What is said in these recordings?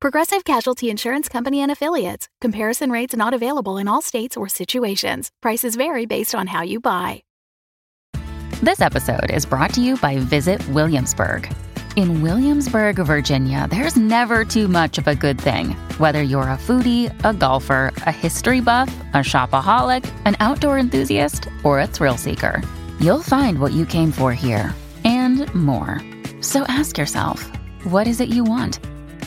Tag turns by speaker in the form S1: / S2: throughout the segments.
S1: Progressive Casualty Insurance Company and Affiliates. Comparison rates not available in all states or situations. Prices vary based on how you buy.
S2: This episode is brought to you by Visit Williamsburg. In Williamsburg, Virginia, there's never too much of a good thing. Whether you're a foodie, a golfer, a history buff, a shopaholic, an outdoor enthusiast, or a thrill seeker, you'll find what you came for here and more. So ask yourself, what is it you want?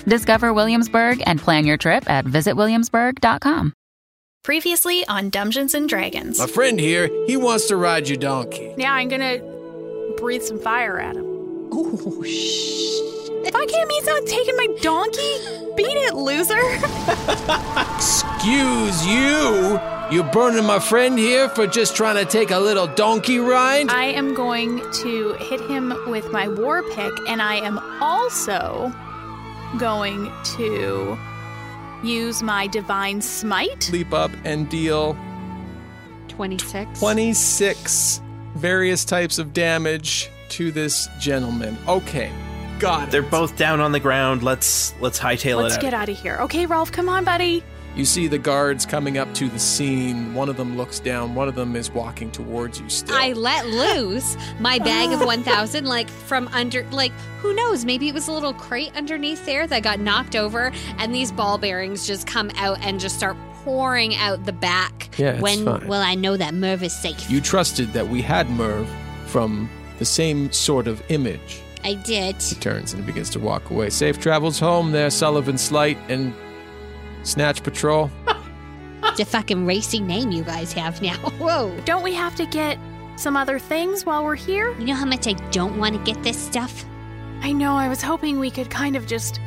S2: Discover Williamsburg and plan your trip at visitwilliamsburg.com.
S1: Previously on Dungeons and Dragons.
S3: My friend here, he wants to ride your donkey.
S4: Now I'm gonna breathe some fire at him.
S5: Oh, shh.
S4: Fuck him, he's not taking my donkey! Beat it, loser!
S3: Excuse you! You're burning my friend here for just trying to take a little donkey ride?
S4: I am going to hit him with my war pick, and I am also going to use my divine smite.
S3: Leap up and deal
S5: 26.
S3: 26 various types of damage to this gentleman. Okay, got it.
S6: They're both down on the ground. Let's let's hightail
S4: Let's
S6: it out.
S4: get out of here. Okay, Rolf, come on, buddy.
S3: You see the guards coming up to the scene. One of them looks down, one of them is walking towards you still.
S5: I let loose my bag of 1,000, like from under, like who knows? Maybe it was a little crate underneath there that got knocked over, and these ball bearings just come out and just start pouring out the back.
S3: Yeah, it's
S5: when
S3: fine.
S5: will I know that Merv is safe?
S3: you trusted that we had Merv from the same sort of image.
S5: I did.
S3: He turns and he begins to walk away. Safe travels home there, Sullivan Slight and Snatch Patrol.
S5: It's a fucking racy name you guys have now. Whoa.
S4: Don't we have to get some other things while we're here?
S5: You know how much I don't want to get this stuff?
S4: I know, I was hoping we could kind of just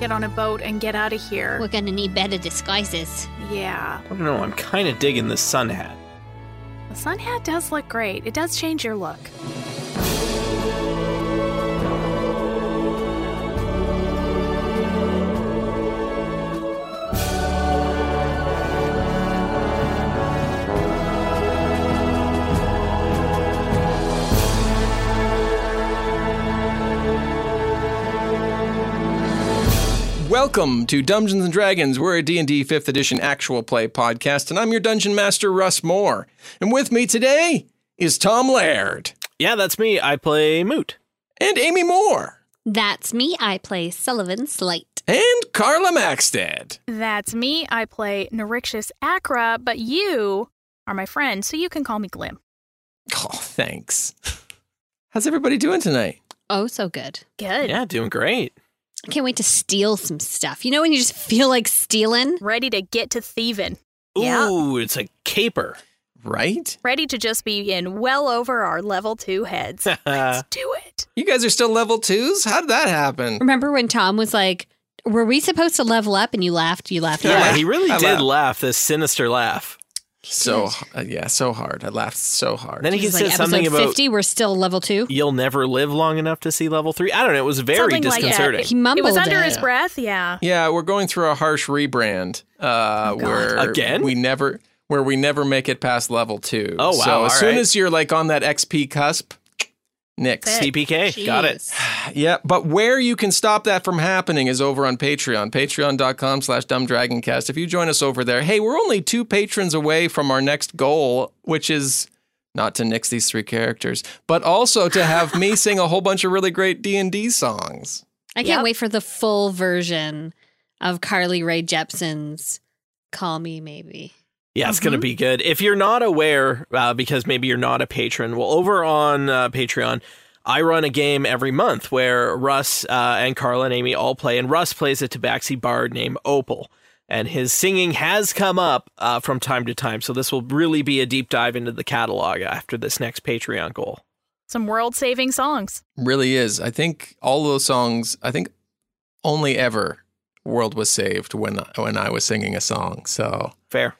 S4: get on a boat and get out of here.
S5: We're gonna need better disguises.
S4: Yeah.
S6: I don't know. Oh, I'm kind of digging this sun hat.
S4: The sun hat does look great. It does change your look.
S3: Welcome to Dungeons and Dragons. We're a D&D 5th edition actual play podcast and I'm your dungeon master Russ Moore. And with me today is Tom Laird
S6: Yeah, that's me. I play Moot.
S3: and Amy Moore
S5: That's me. I play Sullivan Slight.
S3: and Carla Maxted.
S4: That's me. I play Nerixious Acra, but you are my friend, so you can call me Glim.
S3: Oh, thanks. How's everybody doing tonight?
S5: Oh, so good.
S4: Good.
S6: Yeah, doing great.
S5: I can't wait to steal some stuff. You know when you just feel like stealing?
S4: Ready to get to thieving.
S6: Ooh,
S4: Yeah.
S6: it's a caper.
S3: Right?
S4: Ready to just be in well over our level two heads.
S6: Uh,
S4: Let's do it.
S3: You guys are still level 2s? How did that happen?
S5: Remember when Tom was like, "Were we supposed to level up?" And you laughed. You laughed.
S3: Yeah.
S5: Yeah.
S6: yeah, he really
S3: I
S6: did
S3: laugh.
S6: laugh. This sinister laugh.
S3: So uh, yeah, so hard. I laughed so hard.
S6: Then he
S5: He's
S6: said
S5: like
S6: something
S5: episode
S6: about
S5: fifty. We're still level two.
S6: you'll never live long enough to see level three. I don't know. It was very
S4: Something like that.
S6: disconcerting.
S5: He mumbled
S4: it was under
S5: it.
S4: his breath. Yeah.
S3: Yeah, we're going through a harsh rebrand. Uh, where
S6: Again?
S3: we never where we never make it past level two.
S6: Oh, wow,
S3: So
S6: all
S3: as soon
S6: right.
S3: as you're like on that XP cusp, next.
S4: That's it.
S6: TPK. Got it.
S5: Jeez.
S3: Yeah, but where you can stop that from happening is over on Patreon, patreon.com slash dumbdragoncast. If you join us over there, hey, we're only two patrons away from our next goal, which is not to nix these three characters, but also to have me sing a whole bunch of really great D&D songs.
S5: I can't
S4: Yep.
S5: wait for the full version of Carly Rae Jepsen's "Call Me Maybe."
S6: Yeah, it's going to be good. If you're not aware, uh, because maybe you're not a patron, well, over on uh, Patreon, I run a game every month where Russ uh, and Carla and Amy all play, and Russ plays a tabaxi bard named Opal. And his singing has come up uh, from time to time. So this will really be a deep dive into the catalog after this next Patreon goal.
S4: Some world saving songs.
S3: Really is. I think all those songs, I think only ever World was saved when when I was singing a song. So
S6: Fair.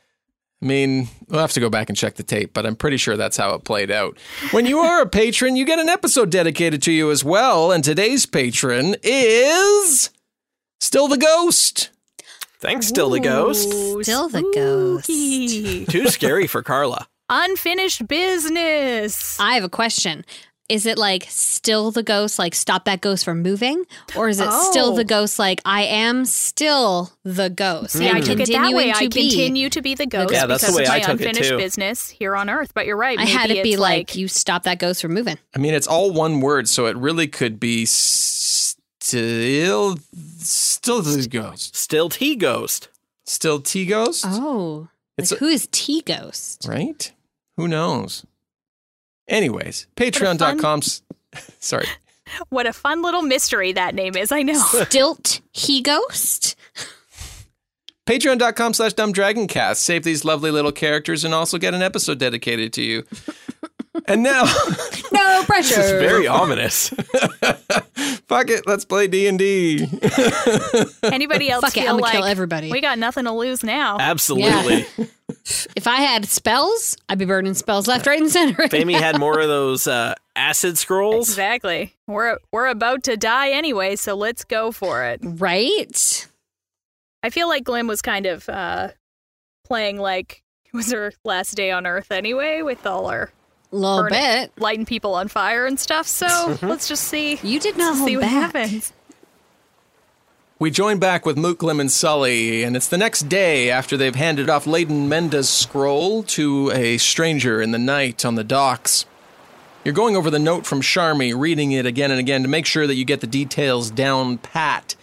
S3: I mean, we'll have to go back and check the tape, but I'm pretty sure that's how it played out. When you are a patron, you get an episode dedicated to you as well. And today's patron is still the ghost.
S6: Thanks, still the ghost.
S7: Ooh,
S5: Still the ghost.
S7: spooky.
S6: Too scary for Carla.
S7: Unfinished business.
S5: I have a question. Is it like still the ghost, like stop that ghost from moving? Or is it still
S7: Oh.
S5: the ghost, like I am still the ghost?
S7: See, I took it that
S5: continuing
S7: way.
S5: to
S7: I
S5: be.
S7: continue to be the ghost
S5: Yeah, that's
S7: because
S5: the
S6: way
S7: of my
S6: I took it,
S7: unfinished
S6: too.
S7: business here on Earth. But you're right.
S5: I had
S7: maybe
S5: it be
S7: it's
S5: like, you stop that ghost from moving.
S3: I mean, it's all one word, so it really could be still, still the ghost,
S6: Still T ghost.
S3: still T ghost,
S5: Oh.
S3: It's
S5: like, who is T Ghost?
S3: right? Who knows? Anyways,
S7: fun-
S3: Patreon.com. Sorry,
S7: what a fun little mystery that name is. I know.
S5: Stilt He Ghost?
S3: Patreon.com slash dumbdragoncast. Save these lovely little characters and also get an episode dedicated to you. and now,
S5: No pressure.
S6: This is very ominous.
S3: fuck it, let's play D&D.
S7: Anybody else
S5: Fuck it,
S7: feel
S5: I'm gonna
S7: like
S5: kill everybody.
S7: we got nothing to lose now?
S6: Absolutely.
S5: if I had spells, I'd be burning spells left, right, and center.
S6: Fami had more of those uh, acid scrolls.
S7: Exactly. We're we're about to die anyway, so let's go for it.
S5: right?
S7: I feel like Glim was kind of uh, playing like it was her last day on Earth anyway, with all her
S5: Little
S7: Burn
S5: bit.
S7: lighting people on fire and stuff. So let's just see.
S5: You did not
S7: let's see
S5: hold
S7: what
S5: back.
S7: happens.
S3: We join back with Moot Glim and Sully, and it's the next day after they've handed off Leyden Menda's scroll to a stranger in the night on the docks. You're going over the note from Sharmy, reading it again and again to make sure that you get the details down pat.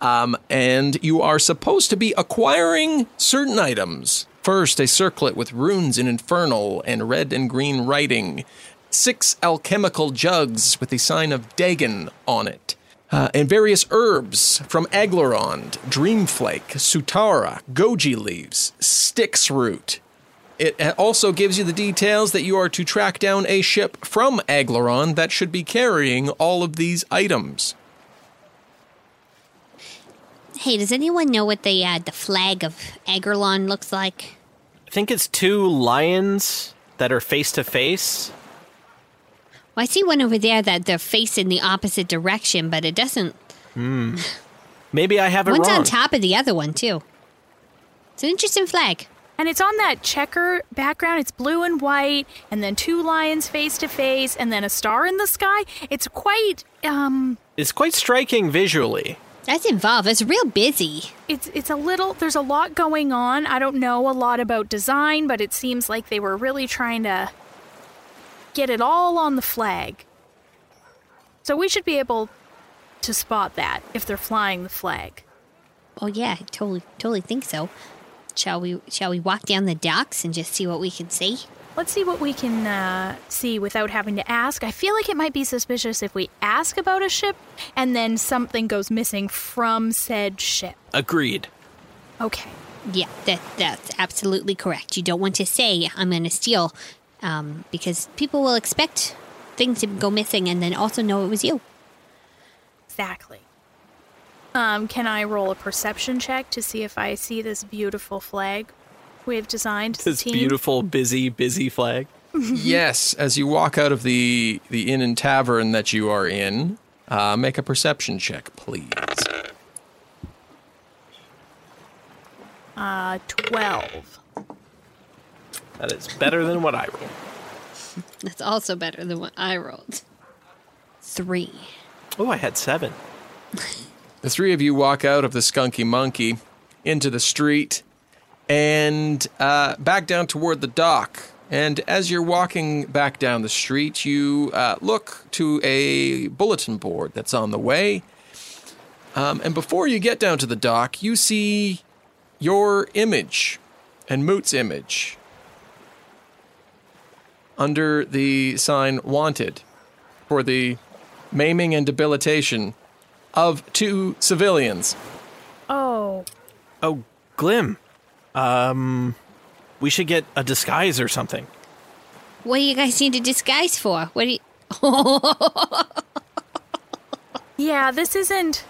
S3: Um, and you are supposed to be acquiring certain items. First, a circlet with runes in infernal and red and green writing. Six alchemical jugs with the sign of Dagon on it. Uh, and various herbs from Aglarond, Dreamflake, Sutara, Goji leaves, Styx root, it uh, also gives you the details that you are to track down a ship from Aglaron that should be carrying all of these items.
S5: Hey, does anyone know what the uh, the flag of Agarlon looks like?
S6: I think it's two lions that are face to face.
S5: Well, I see one over there that they're facing the opposite direction, but it doesn't.
S6: Maybe I have it
S5: One's
S6: wrong.
S5: on top of the other one too. It's an interesting flag.
S7: And it's on that checker background. It's blue and white, and then two lions face to face, and then a star in the sky. It's quite um.
S6: It's quite striking visually.
S5: That's involved. It's real busy.
S7: It's it's a little. There's a lot going on. I don't know a lot about design, but it seems like they were really trying to get it all on the flag. So we should be able to spot that if they're flying the flag.
S5: Oh yeah, I totally, totally think so. Shall we? Shall we walk down the docks and just see what we can see?
S7: Let's see what we can uh, see without having to ask. I feel like it might be suspicious if we ask about a ship and then something goes missing from said ship.
S6: Agreed.
S7: Okay.
S5: Yeah, that that's absolutely correct. You don't want to say I'm going to steal, um, because people will expect things to go missing and then also know it was you.
S7: Exactly. Um, can I roll a perception check to see if I see this beautiful flag we've designed?
S6: This
S7: team?
S6: beautiful, busy, busy flag.
S3: yes, as you walk out of the the inn and tavern that you are in, uh, make a perception check, please.
S7: Uh, twelve.
S6: That is better than what I roll.
S5: That's also better than what I rolled. Three.
S6: Oh, I had seven.
S3: The three of you walk out of the Skunky Monkey into the street and uh, back down toward the dock. And as you're walking back down the street, you uh, look to a bulletin board that's on the way. Um, and before you get down to the dock, you see your image and Moot's image under the sign Wanted for the maiming and debilitation of two civilians.
S7: Oh,
S6: Oh, Glim. Um, we should get a disguise or something.
S5: What do you guys need to disguise for? What do you?
S7: yeah. This isn't.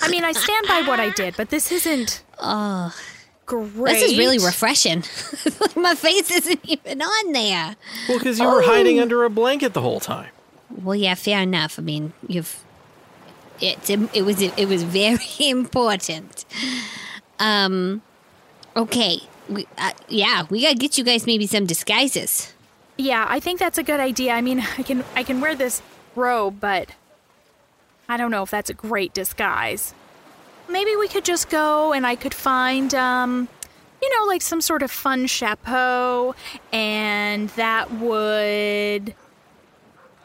S7: I mean, I stand by what I did, but this isn't
S4: great.
S5: This is really refreshing. My face isn't even on there.
S6: Well, because you were hiding
S5: Oh.
S6: under a blanket the whole time.
S5: Well, yeah, fair enough. I mean, you've it. It was it was very important. Um, okay, we, uh, yeah, we gotta get you guys maybe some disguises.
S4: Yeah, I think that's a good idea. I mean, I can I can wear this robe, but I don't know if that's a great disguise. Maybe we could just go and I could find um you know, like some sort of fun chapeau and that would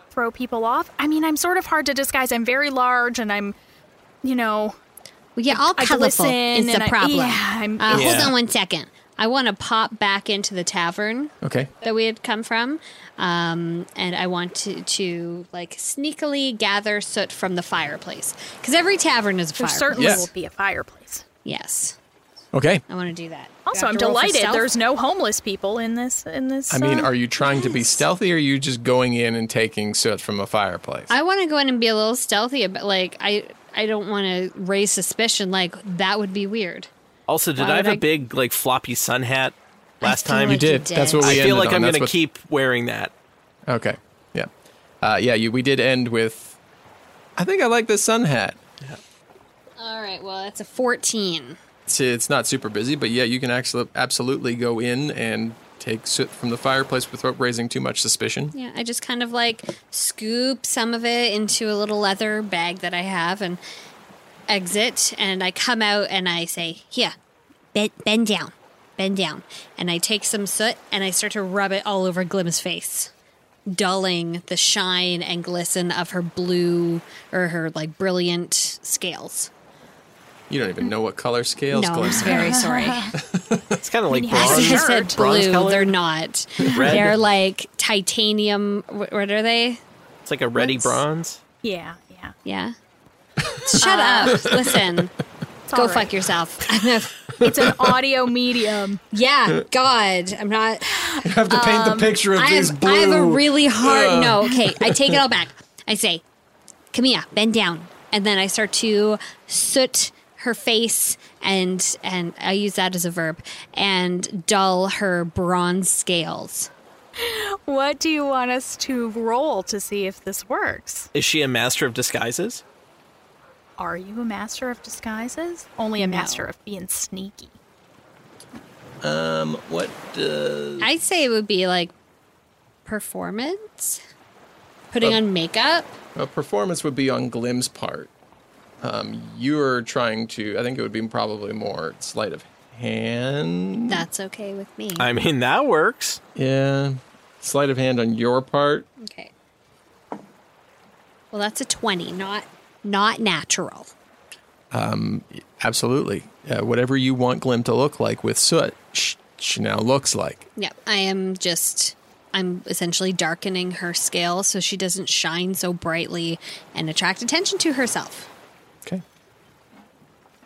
S4: throw people off. I mean, I'm sort of hard to disguise. I'm very large and I'm you know,
S5: Well, yeah, all
S4: I
S5: colorful
S4: glisten
S5: is the
S4: and I-
S5: problem.
S4: yeah, I'm
S5: Uh,
S6: Yeah.
S5: Hold on one second. I want to pop back into the tavern
S3: Okay.
S5: that we had come from, um, and I want to, to like sneakily gather soot from the fireplace because every tavern is a
S4: there
S5: fireplace.
S4: certainly
S3: Yeah.
S4: will be a fireplace.
S5: yes,
S3: Okay.
S5: I want to do that. Do
S4: Also,
S5: I have
S4: I'm
S5: to roll for
S4: delighted
S5: stealth?
S4: there's no homeless people in this in this.
S3: I mean,
S4: uh,
S3: are you trying to be stealthy or are you just going in and taking soot from a fireplace?
S5: I want to go in and be a little stealthy, but like I, I don't want to raise suspicion. Like that would be weird.
S6: Also, did
S5: Why
S6: I have
S5: would
S6: a
S5: I-
S6: big like floppy sun hat last
S5: feel
S6: time?
S5: like You
S3: did.
S5: did.
S3: That's what we
S6: I
S3: ended
S6: feel like
S3: on.
S6: I'm
S3: That's
S6: going to
S3: what-
S6: keep wearing that.
S3: Okay. Yeah. Uh, yeah, you, we did end with I think I like the sun hat.
S5: All right. Well, that's a fourteen.
S3: It's, it's not super busy, but yeah, you can actually absolutely go in and take soot from the fireplace without raising too much suspicion.
S5: Yeah, I just kind of like scoop some of it into a little leather bag that I have and exit. And I come out and I say, Here, bend, bend down, bend down. And I take some soot and I start to rub it all over Glim's face, dulling the shine and glisten of her blue or her like brilliant scales.
S3: You don't even know what color scales
S5: Mm-hmm. no, I'm
S3: Glenn.
S5: very sorry.
S6: It's kind of like
S4: has
S5: I
S4: Bronze-
S6: bronze.
S5: said
S6: bronze
S5: blue.
S6: color?
S5: They're not.
S6: Red?
S5: They're like titanium. wh- What are they?
S6: It's like a reddy bronze.
S4: yeah, yeah.
S5: Yeah. Shut up. Listen.
S4: Uh, It's
S5: Go
S4: all
S5: fuck
S4: right.
S5: yourself.
S4: It's an audio medium.
S5: yeah, God. I'm not.
S3: You have to paint the picture of
S5: Um, I
S3: these
S5: have, I have a really hard. No, okay. I take it all back. I say, come here, bend down. And then I start to soot her face and and I use that as a verb and dull her bronze scales.
S4: What do you want us to roll to see if this works?
S6: Is she a master of disguises?
S4: Are you a master of disguises? Only a master of being sneaky.
S3: What?
S5: I'd say it would be like performance, putting on makeup.
S3: A performance would be on Glim's part. Um, you're trying to. I think it would be probably more sleight of hand.
S5: That's okay with me.
S6: I mean, that works.
S3: Yeah, sleight of hand on your part.
S5: Okay. Well, that's a 20, not not natural.
S3: Absolutely. Uh, whatever you want Glim to look like with soot, sh- she now looks like.
S5: Yep. I am just I'm essentially darkening her scale so she doesn't shine so brightly and attract attention to herself.
S3: Okay.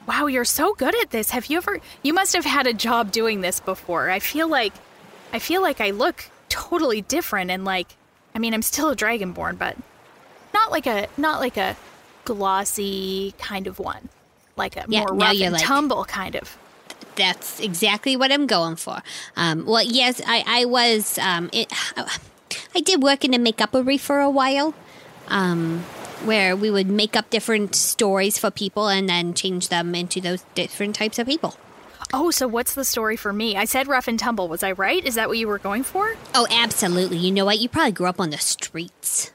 S4: Wow, you're so good at this. Have you ever you must have had a job doing this before. I feel like I feel like I look totally different and like I mean, I'm still a dragonborn, but not like a not like a glossy kind of one. Like a
S5: Yeah,
S4: more
S5: now
S4: rough
S5: you're
S4: and
S5: like-
S4: tumble kind of.
S5: That's exactly what I'm going for. Um, well, yes, I I was um, it, I did work in a makeuppery for a while. Um where we would make up different stories for people and then change them into those different types of people.
S4: Oh, so what's the story for me? I said rough and tumble, was I right? Is that what you were going for?
S5: Oh, absolutely. You know what? You probably grew up on the streets.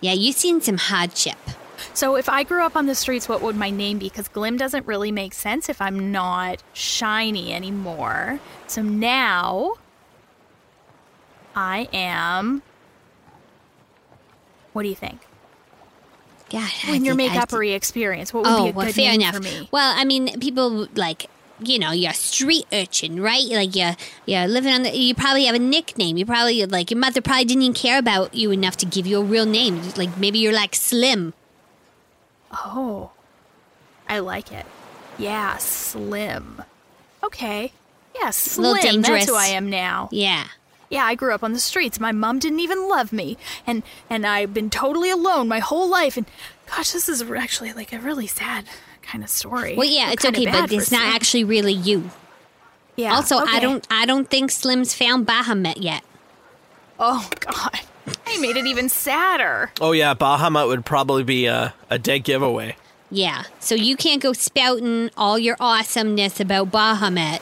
S5: Yeah, you've seen some hardship.
S4: So if I grew up on the streets, what would my name be? Because Glim doesn't really make sense if I'm not shiny anymore. So now I am. What do you think?
S5: God, I
S4: In your
S5: think I
S4: makeupery experience, what would
S5: Oh,
S4: be a
S5: well,
S4: good
S5: fair
S4: name
S5: enough.
S4: for me?
S5: Well, I mean, people like you know, you're a street urchin, right? Like you're you're living on the. You probably have a nickname. You probably like your mother probably didn't even care about you enough to give you a real name. Like maybe you're like Slim.
S4: oh, I like it. Yeah, Slim. Okay. Yeah,
S5: little
S4: Slim.
S5: dangerous.
S4: That's who I am now.
S5: Yeah.
S4: Yeah, I grew up on the streets. My mom didn't even love me, and and I've been totally alone my whole life. And gosh, this is actually like a really sad kind of story.
S5: Well, yeah,
S4: Feel
S5: it's
S4: kinda
S5: okay,
S4: bad
S5: but
S4: for
S5: it's not
S4: Slim.
S5: actually really you.
S4: Yeah.
S5: also, I
S4: okay.
S5: don't I don't think Slim's found Bahamut yet.
S4: Oh God, I made it even sadder.
S6: Oh yeah, Bahamut would probably be a, a dead giveaway.
S5: Yeah, so you can't go spouting all your awesomeness about Bahamut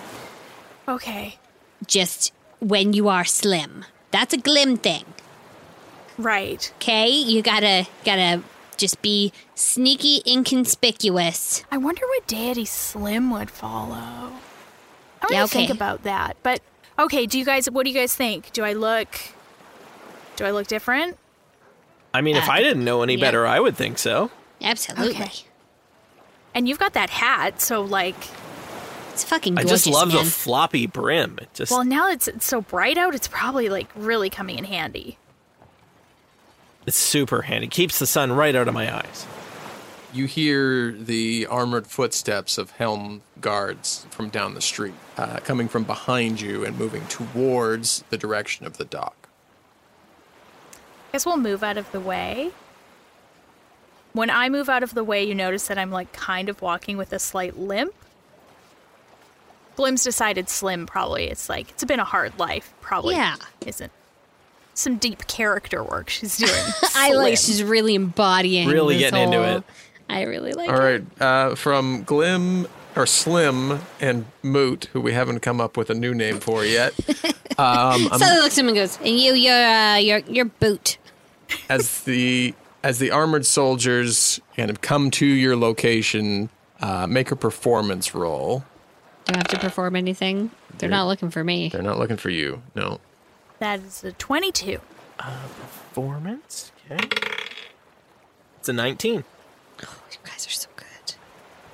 S4: Okay.
S5: just when you are Slim. That's a glim thing.
S4: Right.
S5: Okay, you gotta gotta just be sneaky, inconspicuous.
S4: I wonder what deity Slim would follow. I want
S5: Yeah,
S4: to think
S5: okay.
S4: about that. But okay, do you guys? What do you guys think? Do I look? Do I look different?
S6: I mean, if
S5: Uh,
S6: I didn't know any
S5: yeah.
S6: better, I would think so.
S5: Absolutely,
S4: Okay. And you've got that hat, so like,
S5: it's fucking
S6: I
S5: gorgeous.
S6: just love
S5: man.
S6: the floppy brim. It just
S4: well, now it's, it's so bright out. It's probably like really coming in handy.
S6: it's super handy. Keeps the sun right out of my eyes.
S3: You hear the armored footsteps of helm guards from down the street, uh, coming from behind you and moving towards the direction of the dock.
S4: Guess we'll move out of the way. When I move out of the way, you notice that I'm like kind of walking with a slight limp. Glim's decided slim probably. It's like it's been a hard life. Probably
S5: Yeah.
S4: isn't. Some deep character work she's doing.
S5: I like.
S4: Slim.
S5: She's really embodying.
S6: Really
S5: this
S6: getting into
S5: whole-
S6: it.
S5: I really like.
S3: All
S5: it.
S3: right, uh, from Glim or Slim and Moot, who we haven't come up with a new name for yet. Um, I'm-
S5: Sally looks at him and goes, "And you, you're uh, you're you're boot."
S3: as the as the armored soldiers kind of come to your location, uh, make a performance roll.
S5: Do I have to perform anything? They're not looking for me.
S3: They're not looking for you. No.
S4: That is a 22.
S6: Performance. Okay. It's a 19.
S5: You guys are so good.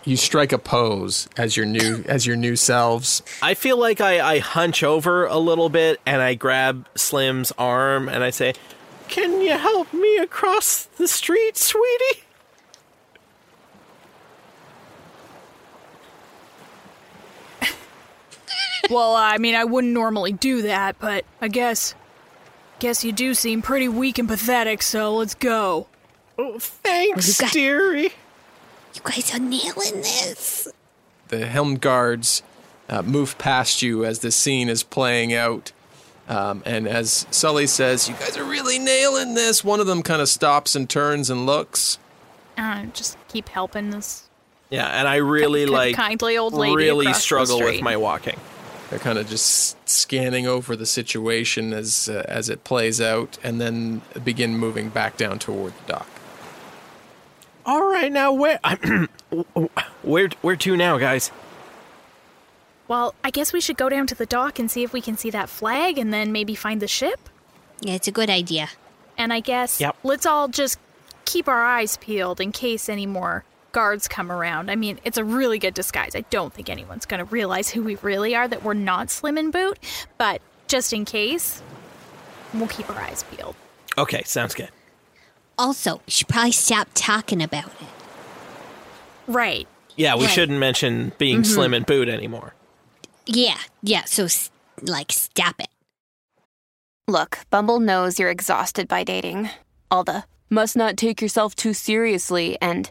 S3: You strike a pose as your new as your new selves.
S6: I feel like I, I hunch over a little bit and I grab Slim's arm and I say, Can you help me across the street, sweetie?
S4: well, uh, I mean, I wouldn't normally do that, but I guess guess you do seem pretty weak and pathetic, so let's go.
S6: Oh, thanks,
S5: got-
S6: dearie.
S5: You guys are nailing this.
S3: The helm guards uh, move past you as this scene is playing out. Um, and as Sully says, "You guys are really nailing this." One of them kind of stops and turns and looks.
S4: Uh, just keep helping this
S6: Yeah, and I really
S4: Kind-
S6: like
S4: kindly old lady
S6: really
S4: across the
S6: struggle with
S4: street.
S6: my walking.
S3: They're kind of just scanning over the situation as uh, as it plays out, and then begin moving back down toward the dock.
S6: All right, now where where where to now, guys?
S4: Well, I guess we should go down to the dock and see if we can see that flag and then maybe find the ship.
S5: Yeah, it's a good idea.
S4: And I guess
S6: Yep.
S4: let's all just keep our eyes peeled in case any more guards come around. I mean, it's a really good disguise. I don't think anyone's going to realize who we really are, that we're not Slim and Boot, but just in case, we'll keep our eyes peeled.
S6: Okay, sounds good.
S5: Also, you should probably stop talking about it.
S4: Right.
S6: Yeah, we
S5: Right.
S6: shouldn't mention being
S4: Mm-hmm.
S6: slim and boot anymore.
S5: Yeah, yeah. So, s- like, stop it.
S1: Look, Bumble knows you're exhausted by dating. All the must not take yourself too seriously and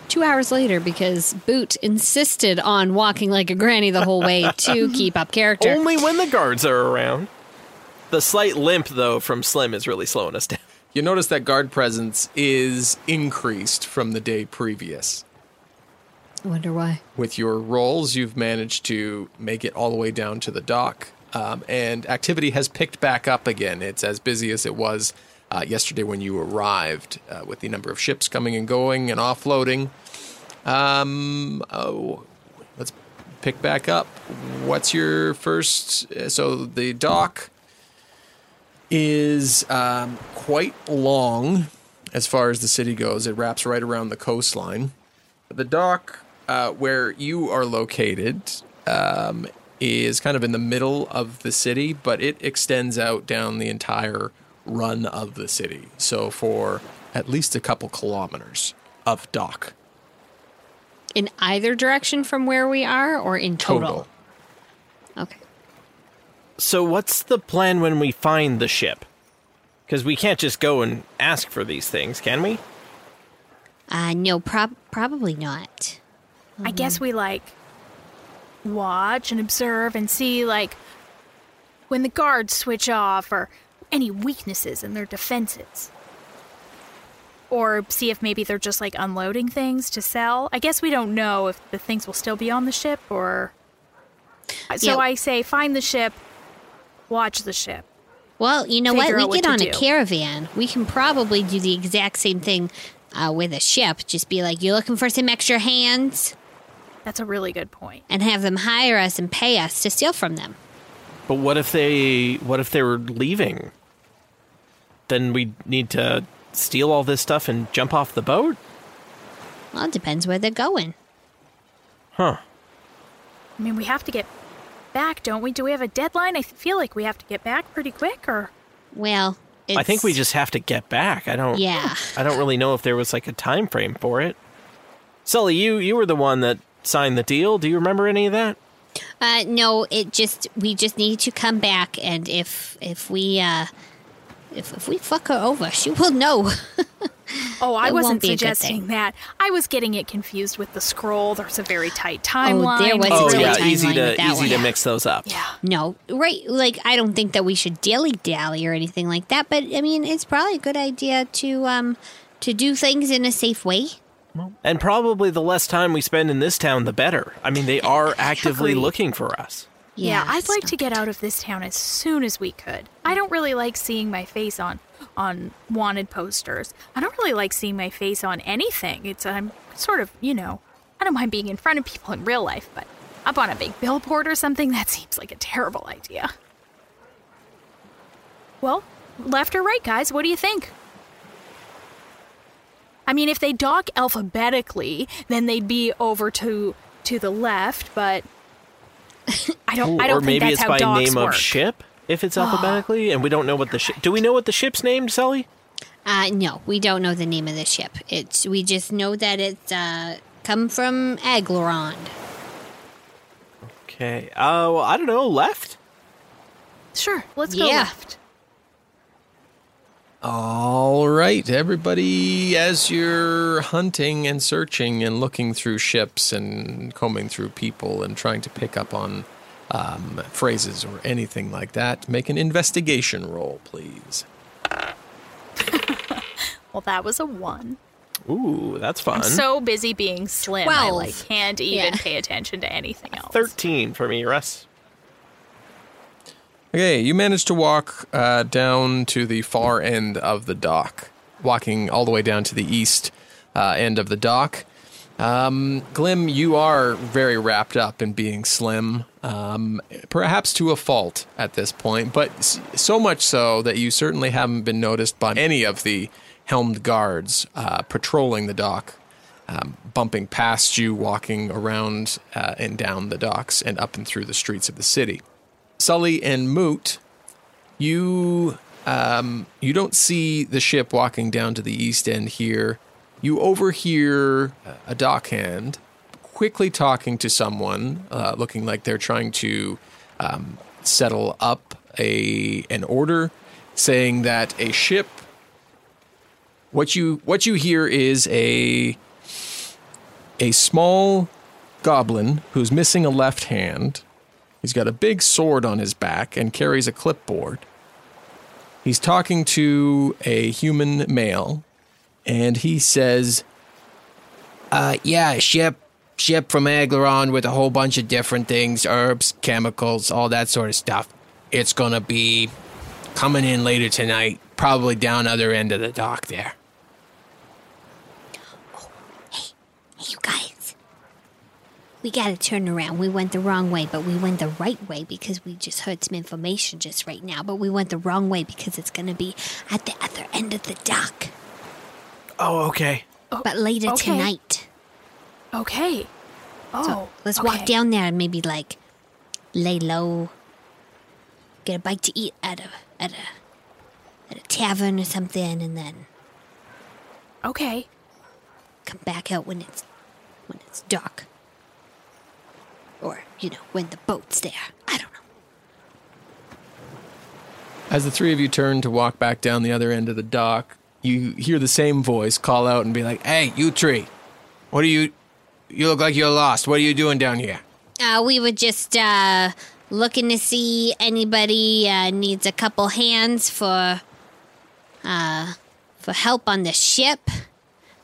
S7: Two hours later, because Boot insisted on walking like a granny the whole way to keep up character.
S6: Only when the guards are around. The slight limp, though, from Slim is really slowing us down.
S3: you notice that guard presence is increased from the day previous.
S7: I wonder why.
S3: With your rolls, you've managed to make it all the way down to the dock, um, and activity has picked back up again. It's as busy as it was uh, yesterday when you arrived, uh, with the number of ships coming and going and offloading. Um, oh, let's pick back up. What's your first? uh, So the dock is um, quite long as far as the city goes. It wraps right around the coastline. The dock uh, where you are located um, is kind of in the middle of the city, but it extends out down the entire run of the city. So for at least a couple kilometers of dock
S7: In either direction from where we are or in total?
S3: total.
S7: Okay.
S6: So, what's the plan when we find the ship? Because we can't just go and ask for these things, can we?
S7: Uh, no, prob- probably not.
S4: I guess we like watch and observe and see like when the guards switch off or any weaknesses in their defenses. Or see if maybe they're just like unloading things to sell. I guess we don't know if the things will still be on the ship or. So
S7: Yeah.
S4: I say find the ship, watch the ship.
S7: Well, you know
S4: Figure out
S7: what? We
S4: what
S7: get
S4: to
S7: on a
S4: do.
S7: caravan. We can probably do the exact same thing uh, with a ship. Just be like, you looking for some extra hands?
S4: That's a really good point.
S7: And have them hire us and pay us to steal from them.
S6: But what if they what if they were leaving? Then we need to steal all this stuff and jump off the boat?
S7: Well, it depends where they're going.
S6: Huh.
S4: I mean, we have to get back, don't we? Do we have a deadline? I feel like we have to get back pretty quick or.
S7: Well, it's,
S6: I think we just have to get back. I don't
S7: Yeah.
S6: I don't really know if there was like a time frame for it. Sully, you you were the one that signed the deal. Do you remember any of that?
S7: Uh, no, it just we just need to come back, and if if we uh, if if we fuck her over, she will know.
S4: Oh, I
S7: It won't
S4: wasn't
S7: be a good
S4: suggesting
S7: thing.
S4: that. I was getting it confused with the scroll. There's a very tight timeline.
S7: Oh, there was
S4: It's
S7: a
S4: really
S7: tight
S4: tight.
S6: easy
S7: timeline
S6: to
S7: with that
S6: easy
S7: one.
S6: to mix those up.
S4: Yeah.
S7: no, right? Like I don't think that we should dilly dally or anything like that. But I mean, it's probably a good idea to um to do things in a safe way.
S6: And probably the less time we spend in this town the better. I mean, they are actively looking for us.
S4: Yeah, I'd
S7: it's
S4: like
S7: not
S4: to get out of this town as soon as we could. I don't really like seeing my face on on wanted posters. I don't really like seeing my face on anything. It's I'm sort of, you know, I don't mind being in front of people in real life, but up on a big billboard or something that seems like a terrible idea. Well, left or right, guys, what do you think? I mean, if they dock alphabetically, then they'd be over to to the left, but I don't I don't
S6: or
S4: think
S6: maybe
S4: that's
S6: it's
S4: how
S6: by
S4: docks
S6: name
S4: work.
S6: of ship if it's alphabetically, and we don't know what the ship. Do we know what the ship's named, Sully?
S7: Uh, no, we don't know the name of the ship. It's we just know that it's uh, come from Aglarond.
S6: Okay. Oh, I don't know. Left.
S4: Sure, let's go
S7: Yeah.
S4: left.
S3: All right, everybody, as you're hunting and searching and looking through ships and combing through people and trying to pick up on um, phrases or anything like that, make an investigation roll, please.
S4: Well, that was a one.
S6: Ooh, that's fun.
S4: I'm so busy being slim, I
S7: Twelve.
S4: like can't even
S7: Yeah.
S4: pay attention to anything else.
S6: Thirteen for me, Russ.
S3: Okay, you managed to walk uh, down to the far end of the dock, walking all the way down to the east uh, end of the dock. Um, Glim, you are very wrapped up in being slim, um, perhaps to a fault at this point, but s- so much so that you certainly haven't been noticed by any of the helmed guards uh, patrolling the dock um, bumping past you, walking around uh, and down the docks and up and through the streets of the city. Sully and Moot, you um, you don't see the ship walking down to the east end here. You overhear a dockhand quickly talking to someone, uh, looking like they're trying to um, settle up a an order, saying that a ship. What you what you hear is a a small goblin who's missing a left hand. He's got a big sword on his back and carries a clipboard. He's talking to a human male, and he says,
S8: Uh, yeah, ship, ship from Aglaron with a whole bunch of different things, herbs, chemicals, all that sort of stuff. It's gonna be coming in later tonight, probably down other end of the dock there.
S5: Hey, you guys. We gotta turn around. We went the wrong way, but we went the right way because we just heard some information just right now. But we went the wrong way because it's gonna be at the other end of the dock.
S6: Oh, okay.
S5: but later
S4: okay.
S5: tonight.
S4: Okay. Oh.
S5: So let's
S4: okay.
S5: walk down there and maybe like lay low. Get a bite to eat at a at a at a tavern or something and then
S4: Okay.
S5: come back out when it's when it's dark. Or, you know, when the boat's there.
S3: As the three of you turn to walk back down the other end of the dock, you hear the same voice call out and be like,
S8: Hey, you tree, what are you? You look like you're lost. What are you doing down here?
S7: Uh, we were just uh, looking to see anybody uh, needs a couple hands for uh, for help on the ship.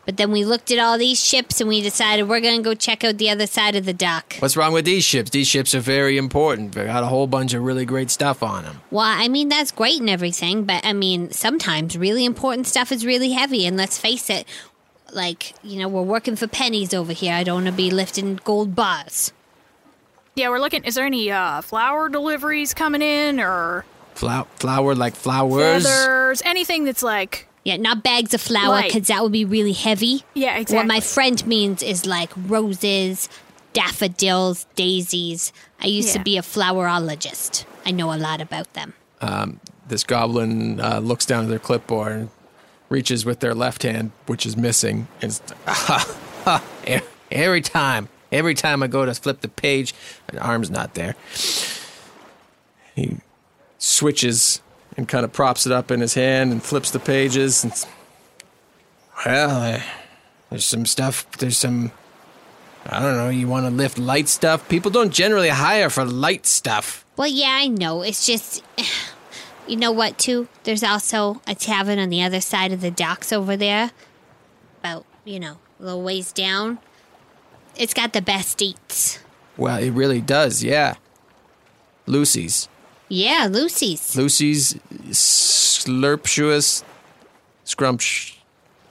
S7: But then we looked at all these ships and we decided we're gonna go check out the other side of the dock.
S8: What's wrong with these ships? These ships are very important. They got a whole bunch of really great stuff on them.
S7: Well, I mean that's great and everything, but I mean sometimes really important stuff is really heavy, and let's face it, like you know we're working for pennies over here. I don't want to be lifting gold bars.
S4: Yeah, we're looking. Is there any uh, flower deliveries coming in or
S8: Flower, flower like flowers.
S4: feathers? Anything that's like.
S7: Yeah, not bags of flour
S4: Light.
S7: because that would be really heavy.
S4: Yeah,
S7: What my
S4: exactly.
S7: friend means is like roses, daffodils, daisies. I used to
S3: Yeah.
S7: be a flowerologist. I know a lot about them.
S3: Um, this goblin uh, looks down at their clipboard and reaches with their left hand, which is "Ah, missing. And s-
S8: E- every time, every time I go to flip the page, an arm's not there.
S3: he switches and kind of props it up in his hand and flips the pages. And s-
S8: Well, uh, there's some stuff. There's some. I don't know. You want to lift light stuff? People don't generally hire for light stuff.
S7: Well, yeah, I know. It's just, you know what, too? There's also a tavern on the other side of the docks over there, about, you know, a little ways down. It's got the best eats.
S8: Well, it really does. Yeah. Lucy's,
S7: Yeah, Lucy's.
S3: Lucy's slurptuous scrumptious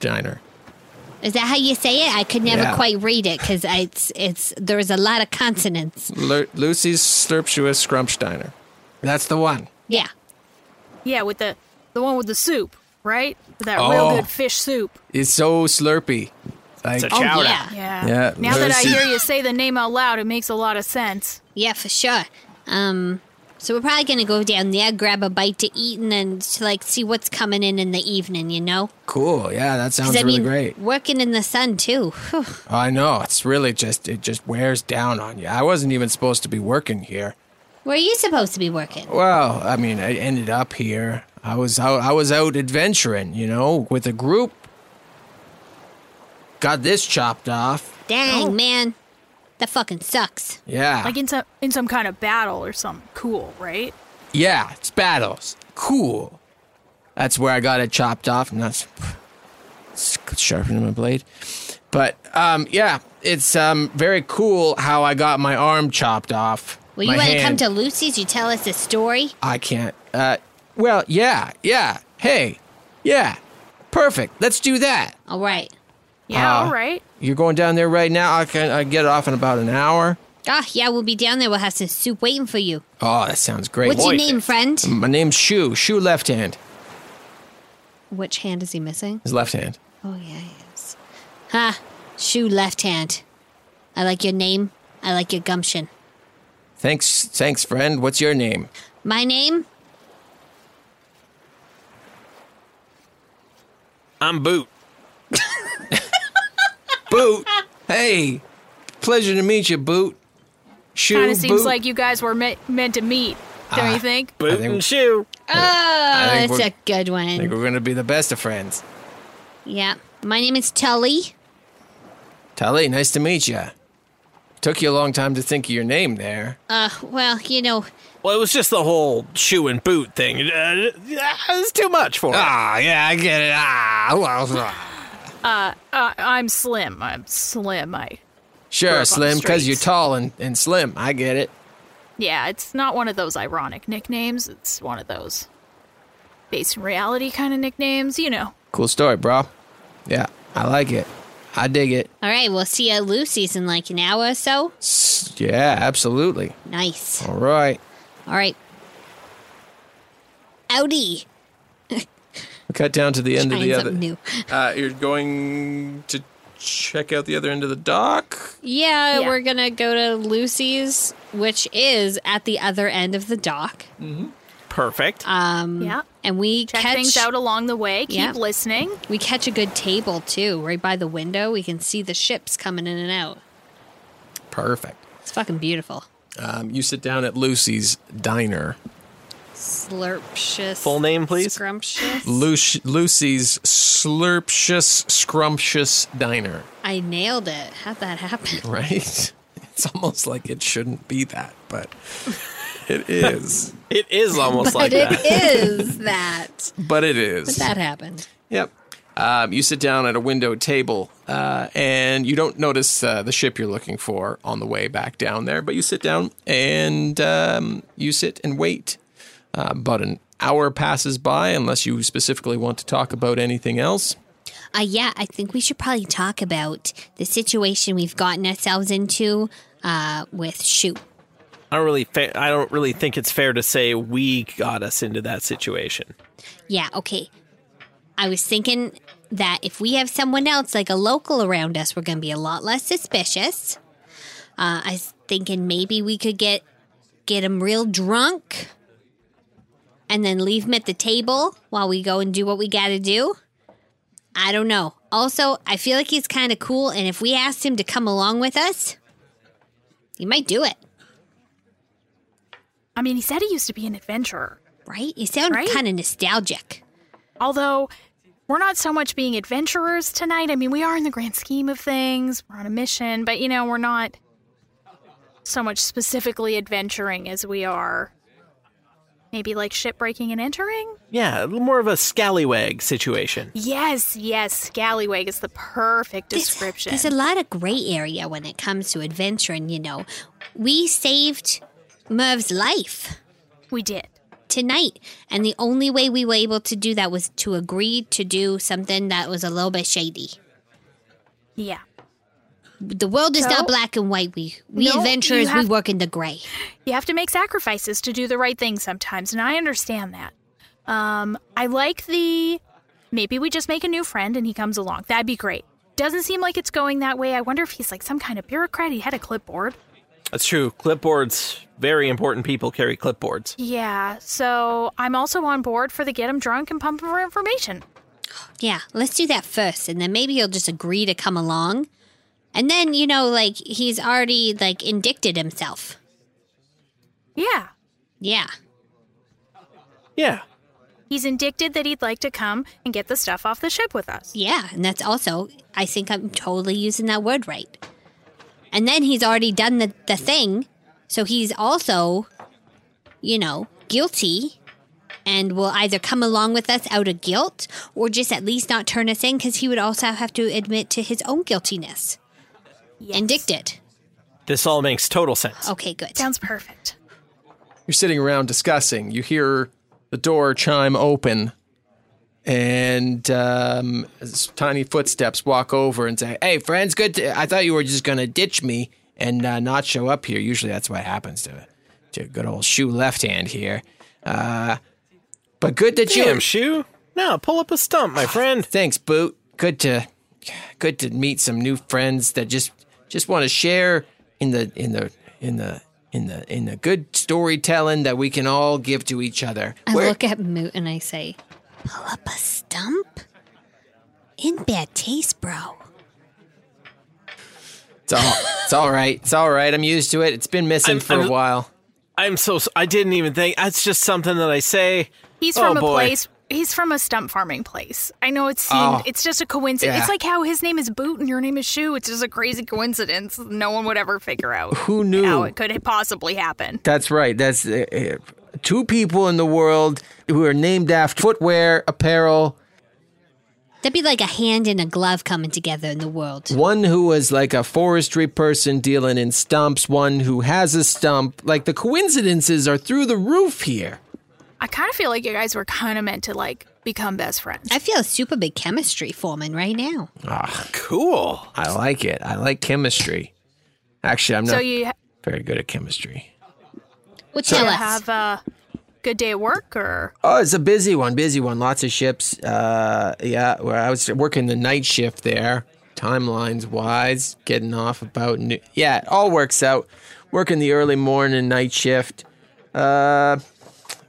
S3: diner.
S7: Is that how you say it? I could never
S3: Yeah.
S7: quite read it because it's, it's, there's a lot of consonants.
S3: Lur- Lucy's slurptuous scrumptious diner.
S8: That's the one.
S7: Yeah.
S4: Yeah, with the the one with the soup, right? With that real
S8: Oh.
S4: good fish soup.
S8: is so slurpy. Like,
S4: Oh, yeah. yeah.
S8: Yeah,
S4: Now that I
S8: Lucy-
S4: hear you say the name out loud, it makes a lot of sense.
S7: Yeah, for sure. Um, so we're probably gonna go down there, grab a bite to eat, and then to like see what's coming in in the evening. You know,
S8: Cool. Yeah, that
S7: 'Cause,
S8: sounds
S7: I
S8: really
S7: mean,
S8: great.
S7: Working in the sun too. Whew.
S8: I know. It's really just it just wears down on you. I wasn't even supposed to be working here.
S7: Where are you supposed to be working?
S8: Well, I mean, I ended up here. I was out. I was out adventuring, you know, with a group. Got this chopped off.
S7: Dang man, that fucking sucks.
S8: Yeah.
S4: Like in some in some kind of battle or something cool, right?
S8: Yeah, it's battles. Cool. That's where I got it chopped off. I'm not s- sharpening my blade. But um, yeah, it's um, very cool how I got my arm chopped off.
S7: Well,
S8: my
S7: you want to come
S8: hand.
S7: to Lucy's? You tell us the story.
S8: I can't. Uh, well, yeah, yeah. Hey, yeah. Perfect. Let's do that.
S7: All right.
S8: Yeah, Uh, all
S4: right.
S8: You're going down there right now. I can I get off in about an hour.
S7: Ah, yeah, we'll be down there. We'll have some soup waiting for you.
S8: Oh, that sounds great.
S7: What's your name, friend?
S8: My name's Shoe. Shoe left hand.
S7: Which hand is he missing?
S8: His left hand.
S7: Oh yeah, he is. Ha.
S5: Shoe left hand. I like your name. I like your gumption.
S9: Thanks, thanks, friend. What's your name?
S5: My name?
S6: I'm Boot.
S9: Boot. Hey, pleasure to meet you, Boot. Shoe.
S4: Kind of seems
S9: Boot.
S4: like you guys were me- meant to meet, don't
S9: Ah,
S4: you think?
S9: Boot I think- and
S6: shoe.
S5: Oh,
S9: I think
S5: that's
S9: we're-
S5: a good
S9: I think
S5: one.
S9: we're gonna be the best of friends.
S5: Yeah. My name is Tully.
S9: Tully, nice to meet you. Took you a long time to think of your name there.
S5: Uh, well, you know,
S6: Well, it was just the whole shoe and boot thing. Uh, yeah, it was too much for
S9: Ah, yeah, I get it. Ah,
S4: Uh, uh, I'm slim. I'm slim. I. Grew up
S9: sure,
S4: on the
S9: Slim, because you're
S4: streets.
S9: tall and, and slim. I get it.
S4: Yeah, it's not one of those ironic nicknames. It's one of those based in reality kind of nicknames, you know.
S9: Cool story, bro. Yeah, I like it. I dig it.
S5: all right, we'll see you at Lucy's in like an hour or so.
S9: Yeah, absolutely.
S5: Nice.
S9: All right.
S5: All right. Audi.
S3: Cut down to the end of the
S5: Trying
S3: other.
S5: something new.
S3: Uh, you're going to check out the other end of the dock.
S7: Yeah,
S5: Yeah.
S7: we're gonna go to Lucy's, which is at the other end of the dock.
S6: Perfect.
S4: Ah.
S7: Um,
S4: Yeah.
S7: and we
S4: Check
S7: catch
S4: things out along the way. Keep
S7: Yeah.
S4: listening.
S7: We catch a good table too, right by the window. We can see the ships coming in and out.
S3: Perfect.
S7: It's fucking beautiful.
S3: Um, you sit down at Lucy's diner.
S7: Slurptious.
S3: Full name, please?
S7: Scrumptious.
S3: Luc- Lucy's slurptious, scrumptious diner.
S7: I nailed it. How'd that happen?
S3: Right? It's almost like it shouldn't be that, but it is.
S6: it is almost
S7: but it is that.
S3: But it
S7: But
S3: is.
S7: that happened.
S3: Yep. Um, you sit down at a window table, uh, and you don't notice uh, the ship you're looking for on the way back down there. But you sit down and um, you sit and wait. Uh, about an hour passes by, unless you specifically want to talk about anything else.
S5: Uh, yeah, I think we should probably talk about the situation we've gotten ourselves into uh, with Shoot.
S6: I don't really. Fa- I don't really think it's fair to say we got us into that situation.
S5: Yeah, okay. I was thinking that if we have someone else, like a local around us, we're going to be a lot less suspicious. Uh, I was thinking maybe we could get get them real drunk and then leave them at the table while we go and do what we got to do. I don't know. Also, I feel like he's kind of cool, and if we asked him to come along with us, he might do it.
S4: I mean, he said he used to be an adventurer.
S5: Right? You sound kind of nostalgic.
S4: Although, we're not so much being adventurers tonight. I mean, we are in the grand scheme of things. We're on a mission, but you know, we're not so much specifically adventuring as we are maybe like ship breaking and entering.
S6: Yeah, a little more of a scallywag situation.
S4: Yes, yes, scallywag is the perfect description.
S5: There's a lot of gray area when it comes to adventuring, you know. We saved Merv's life.
S4: We did.
S5: Tonight. And the only way we were able to do that was to agree to do something that was a little bit shady.
S4: yeah.
S5: The world is
S4: So-
S5: not black and white. We we
S4: No, you
S5: adventurers we
S4: have-
S5: work in the gray.
S4: You have to make sacrifices to do the right thing sometimes, and I understand that. Um, I like the maybe we just make a new friend and he comes along. That'd be great. Doesn't seem like it's going that way. I wonder if he's like some kind of bureaucrat. He had a clipboard.
S6: That's true. Clipboards. Very important people carry clipboards.
S4: Yeah, so I'm also on board for the get him drunk and pump him for information.
S5: Yeah, let's do that first, and then maybe he'll just agree to come along. And then, you know, like he's already like indicted himself.
S4: Yeah.
S5: Yeah.
S6: Yeah.
S4: He's indicted that he'd like to come and get the stuff off the ship with us.
S5: Yeah, and that's also, I think I'm totally using that word right. And then he's already done the, the thing, so he's also, you know, guilty and will either come along with us out of guilt or just at least not turn us in because he would also have to admit to his own guiltiness. Indicted.
S6: This all makes total sense.
S5: Okay, good.
S4: Sounds perfect.
S3: You're sitting around discussing. You hear the door chime open, and um, s- tiny footsteps walk over and say,
S8: Hey, friends, good. To, I thought you were just gonna ditch me and uh, not show up here. Usually, that's what happens to to good old shoe left hand here. Uh, but good that
S6: Damn,
S8: you
S6: shoe. Now pull up a stump, my friend.
S8: Thanks, boot. Good to
S3: good to meet some new friends that just just want to share in the in the in the in the in the good storytelling that we can all give to each other.
S5: I look at Moot and I say, pull up a stump? In bad taste, bro.
S3: It's all it's all right. It's all right. I'm used to it. It's been missing
S6: I'm-
S3: for
S6: I'm-
S3: a while.
S6: I'm so. s- I didn't even think. That's just something that I say.
S4: He's
S6: Oh,
S4: from a
S6: boy.
S4: place. He's from a stump farming place. I know it seemed.
S6: Oh.
S4: It's just a coincidence.
S3: Yeah.
S4: It's like how his name is Boot and your name is Shoe. It's just a crazy coincidence. No one would ever figure out
S3: Who knew?
S4: how it could possibly happen.
S3: That's right. That's uh, uh, two people in the world who are named after footwear, apparel.
S5: That'd be like a hand and a glove coming together in the world.
S3: One who was like a forestry person dealing in stumps. One who has a stump. Like the coincidences are through the roof here.
S4: I kind of feel like you guys were kind of meant to like become best friends.
S5: I feel super big chemistry forming right now.
S3: Ah,
S6: cool.
S3: I like it. I like chemistry. Actually, I'm not
S4: so you ha-
S3: very good at chemistry.
S5: What
S4: you
S3: tell us.
S4: have a good day at work or
S3: Oh, it's a busy one, busy one. Lots of ships. Uh, yeah, where I was working the night shift there, timelines wise, getting off about new. Yeah, it all works out. Working the early morning night shift. Uh,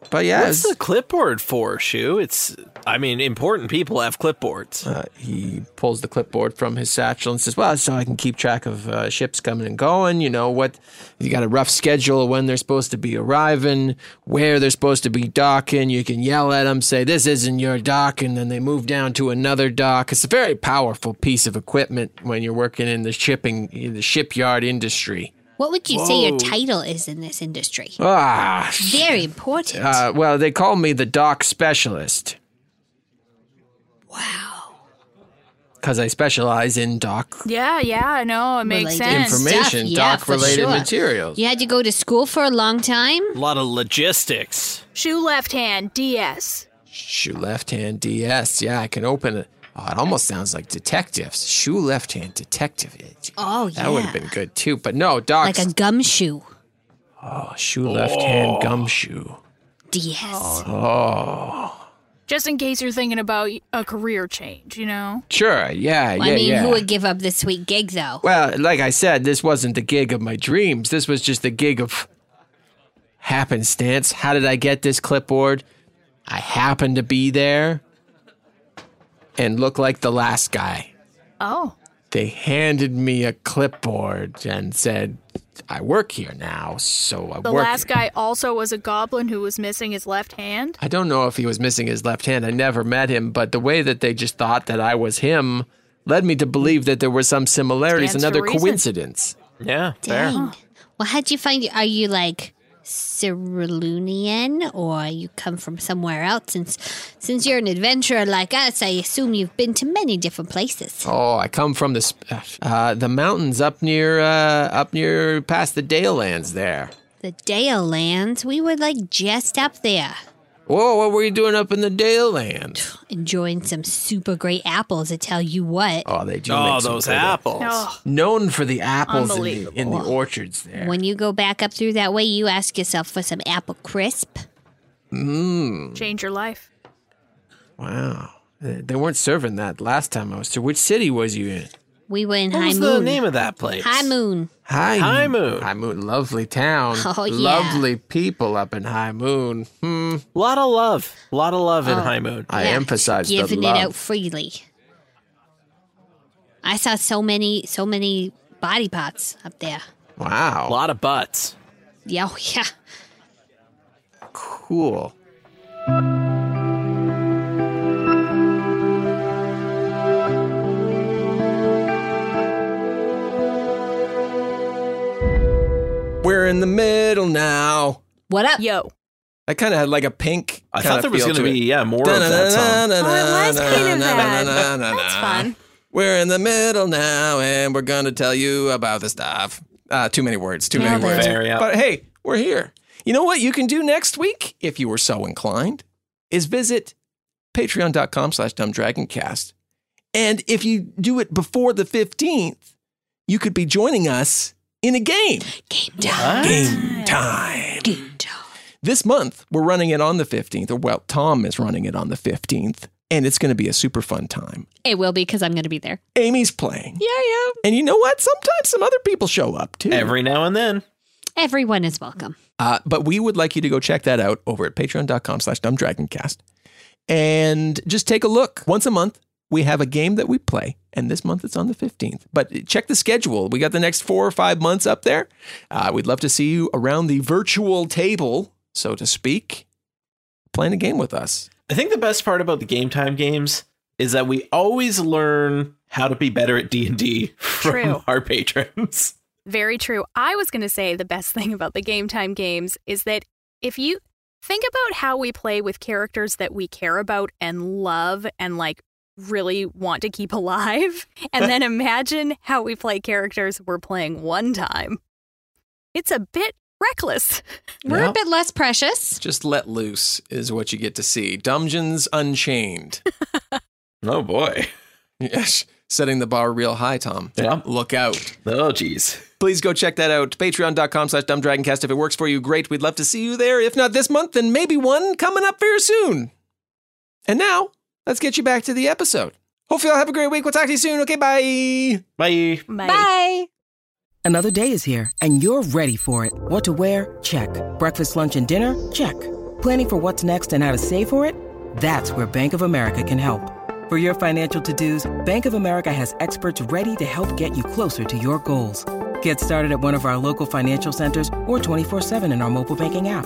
S3: but yeah,
S6: What's
S3: it's-
S6: the clipboard for, Shu? It's. I mean, important people have clipboards.
S3: Uh, he pulls the clipboard from his satchel and says, "Well, so I can keep track of uh, ships coming and going. You know what? You got a rough schedule of when they're supposed to be arriving, where they're supposed to be docking. You can yell at them, say this isn't your dock, and then they move down to another dock. It's a very powerful piece of equipment when you're working in the shipping, in the shipyard industry.
S5: What would you say your
S3: Whoa.
S5: title is in this industry?
S3: Ah,
S5: Very important.
S3: uh, well, they call me the dock specialist. Wow." Because I specialize in dock
S4: yeah, yeah, I know it makes sense.
S3: Information,
S5: Stuff, yeah, for
S3: doc-related
S5: sure.
S3: materials.
S5: You had to go to school for a long time?
S6: A lot of logistics.
S4: Shoe left hand DS.
S3: Shoe left hand DS. Yeah, I can open it. Oh, it almost sounds like detectives. Shoe left hand detective. It-
S5: Oh, yeah.
S3: That would have been good too. But no, docs.
S5: like a gumshoe.
S3: oh, shoe left hand gumshoe.
S5: DS.
S3: Oh,
S4: Just in case you're thinking about a career change, you know.
S3: sure. Yeah,
S5: Well,
S3: yeah,
S5: I mean,
S3: yeah.
S5: who would give up this sweet gig, though?
S3: well, like I said, this wasn't the gig of my dreams. This was just the gig of happenstance. How did I get this clipboard? I happened to be there and look like the last guy.
S4: Oh,
S3: they handed me a clipboard and said, I work here now, so I
S4: the
S3: work.
S4: last guy also was a goblin who was missing his left hand.
S3: I don't know if he was missing his left hand. I never met him, but the way that they just thought that I was him led me to believe that there were some similarities,
S5: Stands to
S3: another
S5: reason.
S3: coincidence.
S6: Yeah,
S5: Dang. Well, how'd you find? Are you like Cyrillunian, or you come from somewhere else? Since since you're an adventurer like us, I assume you've been to many different places.
S3: Oh, I come from the sp- uh, the mountains up near uh, up near past the Dale lands there.
S5: The Dale lands, we were like just up there,
S3: Whoa, what were you doing up in the Dale lands?
S5: enjoying some super great apples. I tell you what,
S3: Oh, they do.
S6: Oh,
S3: make some
S6: those
S3: good-
S6: apples.
S5: Oh.
S3: Known for the apples in the, in the
S5: Unbelievable.
S3: orchards there.
S5: when you go back up through that way, you ask yourself for some apple crisp.
S3: Mm.
S4: Change your life.
S3: Wow. They they weren't serving that last time I was there. Which city was you in?
S5: We were in
S6: What
S5: High
S6: was
S5: Moon.
S6: the name of that place?
S5: High Moon.
S3: High,
S6: High Moon.
S3: High Moon. Lovely town.
S5: Oh, yeah.
S3: Lovely people up in High Moon. Hmm.
S6: lot of love. A lot of love in
S5: Oh.
S6: High Moon.
S3: I emphasize the
S5: giving it out
S3: love.
S5: freely. I saw so many, so many body parts up there.
S3: Wow.
S6: A lot of butts.
S5: Yeah, oh, yeah.
S3: Cool. We're in the middle now.
S5: What up?
S4: Yo.
S7: I kind of had like a pink.
S6: I thought there was
S7: going to
S6: be
S7: it.
S6: yeah more of that song.
S4: Oh, it was kind of that.
S7: That's fun. We're in the middle now, and we're going to tell you about the stuff. Uh, too many words. Too many
S5: Yeah,
S7: words.
S6: Fair, yeah.
S7: But hey, we're here. You know what you can do next week, if you were so inclined, is visit patreon.com slash dumbdragoncast. And if you do it before the 15th, you could be joining us in a game.
S5: Game time.
S7: Game time.
S5: Game time.
S7: This month, we're running it on the 15th, or well, Tom is running it on the 15th.
S3: and it's going to be a super fun time.
S4: It will be because I'm going to be there.
S3: Amy's playing.
S4: Yeah, yeah.
S3: And you know what? Sometimes some other people show up too.
S6: Every now and then.
S4: Everyone is welcome.
S3: Uh, but we would like you to go check that out over at patreon.com slash dumbdragoncast. And just take a look. Once a month, we have a game that we play. And this month it's on the 15th. But check the schedule. We got the next four or five months up there. Uh, we'd love to see you around the virtual table, so to speak, playing a game with us.
S6: I think the best part about the game time games is that we always learn how to be better at D&D from
S7: True.
S6: our patrons.
S7: Very true. I was going to say the best thing about the game time games is that if you think about how we play with characters that we care about and love and like really want to keep alive, and then imagine how we play characters we're playing one time, it's a bit reckless.
S4: We're
S3: Yeah.
S4: a bit less precious.
S3: Just let loose is what you get to see. Dungeons Unchained.
S6: oh boy.
S3: Yes. Setting the bar real high, Tom.
S6: Yeah.
S3: Look out.
S6: Oh geez.
S3: Please go check that out. Patreon.com slash dumbdragoncast. If it works for you, great. We'd love to see you there. If not this month, then maybe one coming up very soon. And now, let's get you back to the episode. Hopefully, I'll have a great week. We'll talk to you soon. Okay, bye.
S6: Bye.
S4: Bye.
S10: Another day is here, and you're ready for it. What to wear? Check. Breakfast, lunch, and dinner? Check. Planning for what's next and how to save for it? That's where Bank of America can help. For your financial to dos, Bank of America has experts ready to help get you closer to your goals. Get started at one of our local financial centers or 24-7 in our mobile banking app.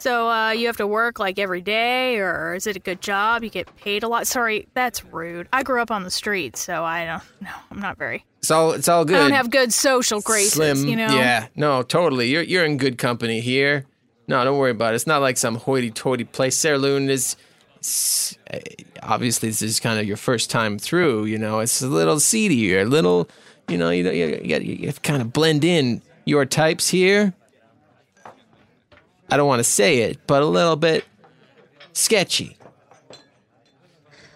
S7: So uh, you have to work like every day, or is it a good job? You get paid a lot. Sorry, that's rude. I grew up on the street, so I don't know. I'm not very.
S3: It's all, it's all good.
S7: I don't have good social graces.
S3: Slim.
S7: you know.
S3: Yeah, no, totally. You're, you're in good company here. No, don't worry about it. It's not like some hoity-toity place. Sarah Loon is... s- eh, Obviously, this is kind of your first time through, you know. It's a little seedier, a little... You know, you, know, you, you, gotta- you have to kind of blend in your types here. I don't want to say it, but a little bit sketchy.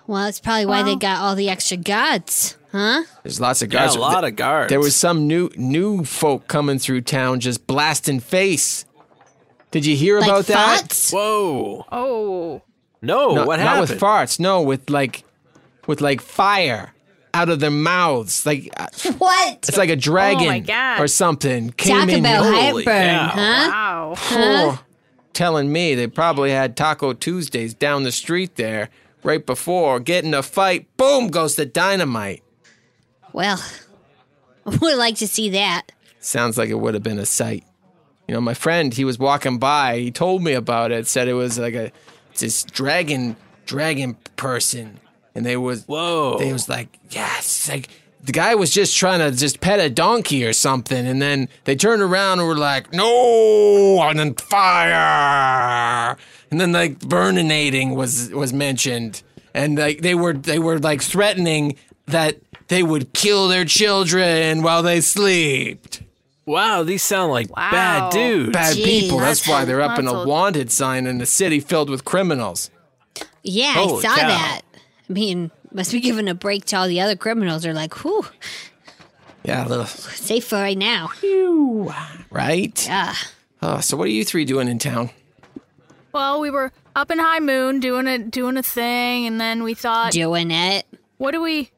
S5: Well, it's probably why they got all the extra guards, huh?
S3: There's lots of
S6: Yeah,
S3: guards.
S6: a lot of guards.
S3: There was some new new folk coming through town, just blasting face. Did you hear
S6: Like
S3: about that?
S6: Whoa.
S7: Oh.
S6: No, what
S3: not
S6: happened?
S3: with farts. No, with like, with like fire out of their mouths. Like uh,
S5: What?
S3: it's like a dragon
S5: Oh my God.
S3: or something came
S5: Talk
S3: in.
S5: about
S3: Holy
S5: heartburn,
S3: cow.
S5: huh?
S7: Wow.
S5: Huh?
S3: Oh, telling me they probably had Taco Tuesdays down the street there right before. Get in a fight. Boom goes the dynamite.
S5: Well, we like to see that.
S3: Sounds like it would have been a sight. You know, my friend, he was walking by. He told me about it. Said it was like a it's this dragon, dragon person, and they was
S6: whoa.
S3: They was like, yes, like the guy was just trying to just pet a donkey or something, and then they turned around and were like, no, and then fire, and then like burninating was was mentioned, and like they were they were like threatening that they would kill their children while they sleeped.
S6: Wow, these sound like bad dudes.
S3: Bad people. That's why they're up in a
S5: Lots of-
S3: wanted sign in a city filled with criminals.
S5: Yeah, I
S3: Holy
S5: saw
S3: cow.
S5: that. I mean, must be giving a break to all the other criminals. They're like, whew,
S3: Yeah, little,
S5: safe for right now.
S3: right?
S5: Yeah.
S3: Oh, so what are you three doing in town?
S7: Well, we were up in High Moon doing a doing a thing, and then we thought
S5: doing it.
S7: What do we?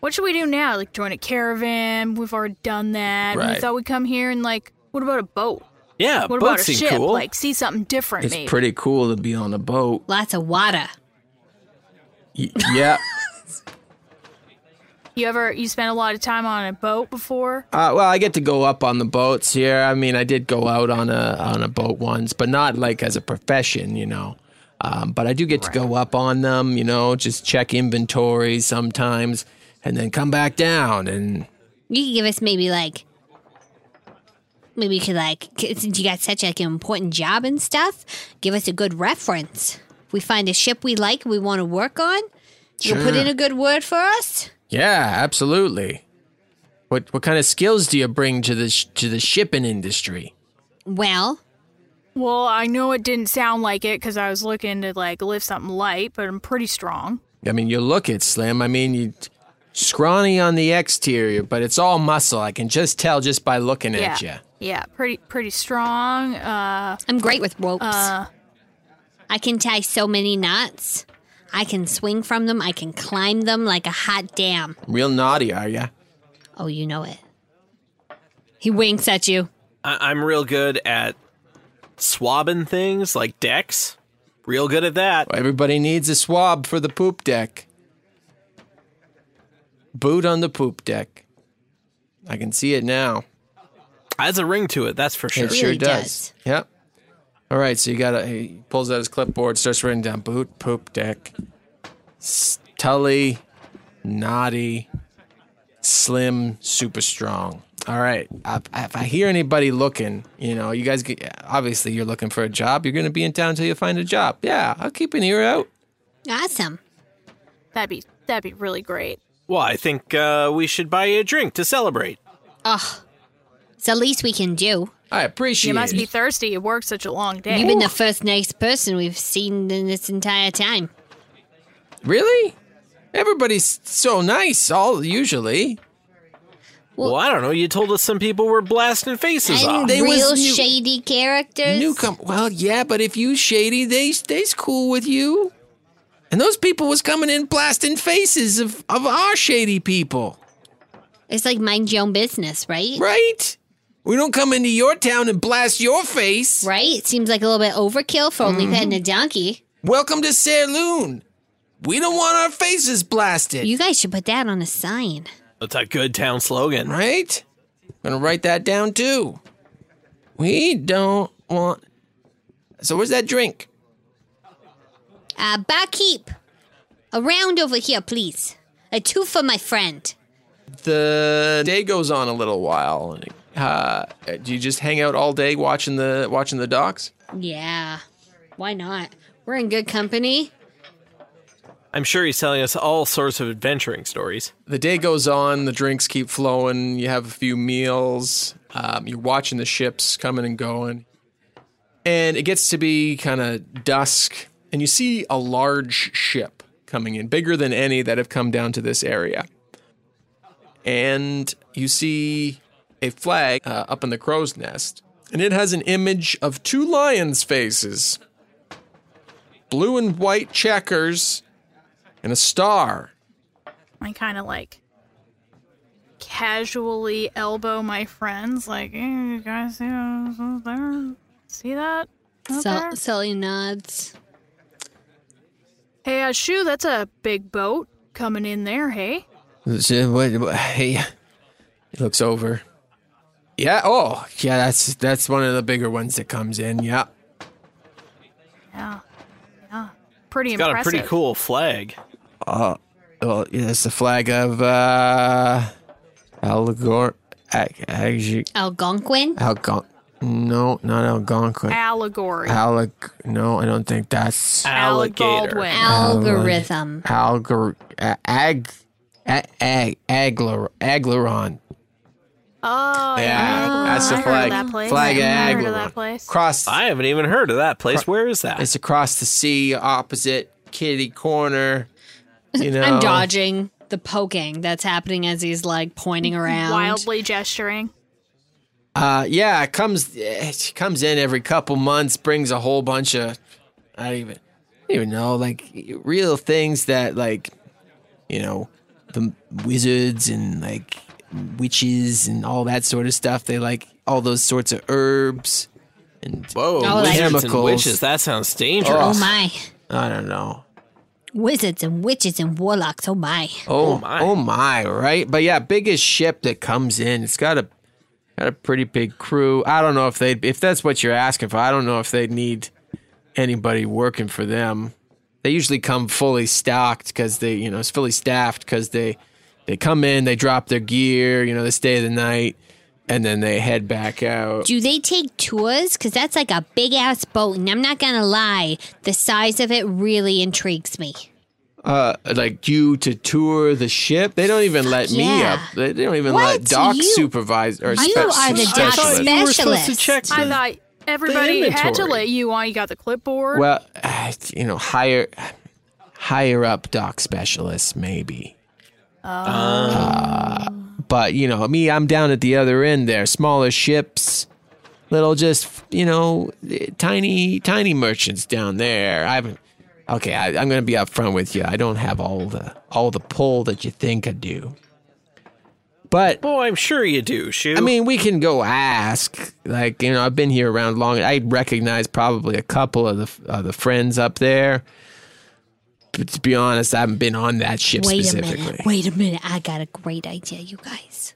S7: What should we do now? Like join a caravan? We've already done that. We
S3: Right.
S7: thought we'd come here and like, what about a boat?
S6: Yeah,
S7: what about
S3: boats
S7: a
S3: seem
S7: ship?
S3: cool.
S7: Like see something different.
S3: It's
S7: maybe.
S3: pretty cool to be on a boat.
S5: Lots of water.
S3: Y- yeah.
S7: You ever you spent a lot of time on a boat before?
S3: Uh, well, I get to go up on the boats here. I mean, I did go out on a on a boat once, but not like as a profession, you know. Um, but I do get to go up on them, you know, just check inventory sometimes and then come back down. And
S5: You could give us maybe like, maybe you could like, 'cause since you got such like an important job and stuff, give us a good reference. If we find a ship we like, we want to work on. You'll put in
S3: Sure.
S5: a good word for us.
S3: yeah, absolutely. What what kind of skills do you bring to the sh- to the shipping industry?
S5: Well,
S4: well, I know it didn't sound like it because I was looking to like lift something light, but I'm pretty strong.
S3: I mean, you look it, Slim. I mean, you scrawny on the exterior, but it's all muscle. I can just tell just by looking
S4: yeah,
S3: at you.
S4: yeah, pretty pretty strong. Uh,
S5: I'm great with ropes. I can tie so many knots. I can swing from them. I can climb them like a hot dam.
S3: Real naughty, are ya?
S5: Oh, you know it. He winks at you.
S6: I- I'm real good at swabbing things like decks. Real good at that.
S3: Everybody needs a swab for the poop deck. Boot on the poop deck. I can see it now.
S6: Has a ring to it, that's for sure.
S3: It sure does. Yep. All right, so you got to he pulls out his clipboard, starts writing down boot poop deck, Tully, naughty, slim, super strong. All right, I, I- if I hear anybody looking, you know, you guys get, obviously you're looking for a job. You're going to be in town until you find a job. Yeah, I'll keep an ear out.
S5: Awesome.
S4: That'd be that'd be really great.
S6: Well, I think uh, we should buy you a drink to celebrate.
S5: Ugh. It's the least we can do.
S3: I appreciate
S4: You must be thirsty. You worked such a long day.
S5: You've been the first nice person we've seen in this entire time.
S3: Really? Everybody's so nice. All usually.
S6: Well, I don't know. You told us some people were blasting faces off.
S5: And real shady characters.
S3: Newcom- well, yeah, but if you shady, they they's cool with you. And those people was coming in blasting faces of, of our shady people,
S5: It's like mind your own business, right?
S3: right? We don't come into your town and blast your face.
S5: Right? It seems like a little bit overkill for only petting a donkey.
S3: Welcome to Saloon. We don't want our faces blasted.
S5: You guys should put that on a sign.
S6: That's a good town slogan.
S3: Right? I'm gonna write that down too. We don't want. So where's that drink?
S5: Uh, barkeep, a round over here, please. A two for my friend.
S11: The day goes on a little while. Uh, do you just hang out all day watching the watching the docks?
S5: Yeah. Why not? We're in good company.
S6: I'm sure he's telling us all sorts of adventuring stories.
S11: The day goes on. The drinks keep flowing. You have a few meals. Um, you're watching the ships coming and going, and it gets to be kind of dusk, and you see a large ship coming in, bigger than any that have come down to this area. and you see a flag uh, up in the crow's nest, and it has an image of two lions' faces blue and white checkers, and a star.
S4: I kind of like casually elbow my friends, like, hey, you guys see that up there? See that? up
S5: Sel-
S4: there?
S5: Sully nods.
S4: Hey, uh, Shu, that's a big boat coming in there, hey?
S3: So what, what- hey, he looks over. Yeah. Oh, yeah. That's that's one of the bigger ones that comes in. Yeah.
S4: Yeah. Yeah. Pretty
S6: He's got a
S4: impressive.
S6: pretty cool flag.
S3: Uh, well, yeah, it's the flag of uh, Algor. ac- Actually,
S5: Algonquin?
S3: Algon. No, not Algonquin.
S4: Allegory.
S3: Alec. No, I don't think that's
S4: Alec Baldwin.
S5: Algorithm.
S3: Algor. a- Ag. a- Ag. Aglar. Aglaron.
S4: Oh,
S3: Yeah, that's the
S4: I
S3: flag.
S4: Heard of that place.
S3: Flag
S4: I
S3: of
S4: heard of
S3: Aglarone.
S4: that place.
S3: Cross.
S6: I haven't even heard of that place. Where is that?
S3: It's across the sea, opposite Kitty Corner. You know,
S5: I'm dodging the poking that's happening as he's like pointing around. Oh,
S4: Wildly gesturing.
S3: Uh, yeah, it comes it comes in every couple months, brings a whole bunch of I don't even I don't even know like real things that like you know the wizards and like witches and all that sort of stuff. They like all those sorts of herbs and
S6: Whoa,
S5: Oh, like-
S6: wizards and
S3: chemicals.
S6: witches. That sounds dangerous.
S5: Oh my.
S3: I don't know.
S5: Wizards and witches and warlocks. Oh my.
S3: Oh, my. Oh my, right? But yeah, biggest ship that comes in. It's got a got a pretty big crew. I don't know if they would if that's what you're asking for. I don't know if they would need anybody working for them. They usually come fully stocked because they, you know, it's fully staffed because they, they come in, they drop their gear, you know, they stay the night, and then they head back out.
S5: Do they take tours? Because that's like a big ass boat, and I'm not gonna lie, the size of it really intrigues me.
S3: uh, like you to tour the ship. They don't even let me
S5: yeah.
S3: up. They they don't even let
S5: What?
S3: dock
S5: You-
S3: supervisor or
S5: You
S3: spe-
S5: are the dock
S3: specialist.
S4: I thought everybody had to
S3: inventory.
S4: let you on. You got the clipboard.
S3: Well, uh, you know, higher, higher up dock specialists maybe. Uh, but you know, me, I'm down at the other end there. Smaller ships, little, just you know, tiny, tiny merchants down there. I haven't. Okay, I, I'm going to be upfront with you. I don't have all the all the pull that you think I do. But
S6: oh, I'm sure you do, Shu.
S3: I mean, we can go ask. Like, you know, I've been here around long. I recognize probably a couple of the of the friends up there. But to be honest, I haven't been on that ship
S5: Wait a
S3: specifically.
S5: minute. Wait a minute. I got a great idea, you guys.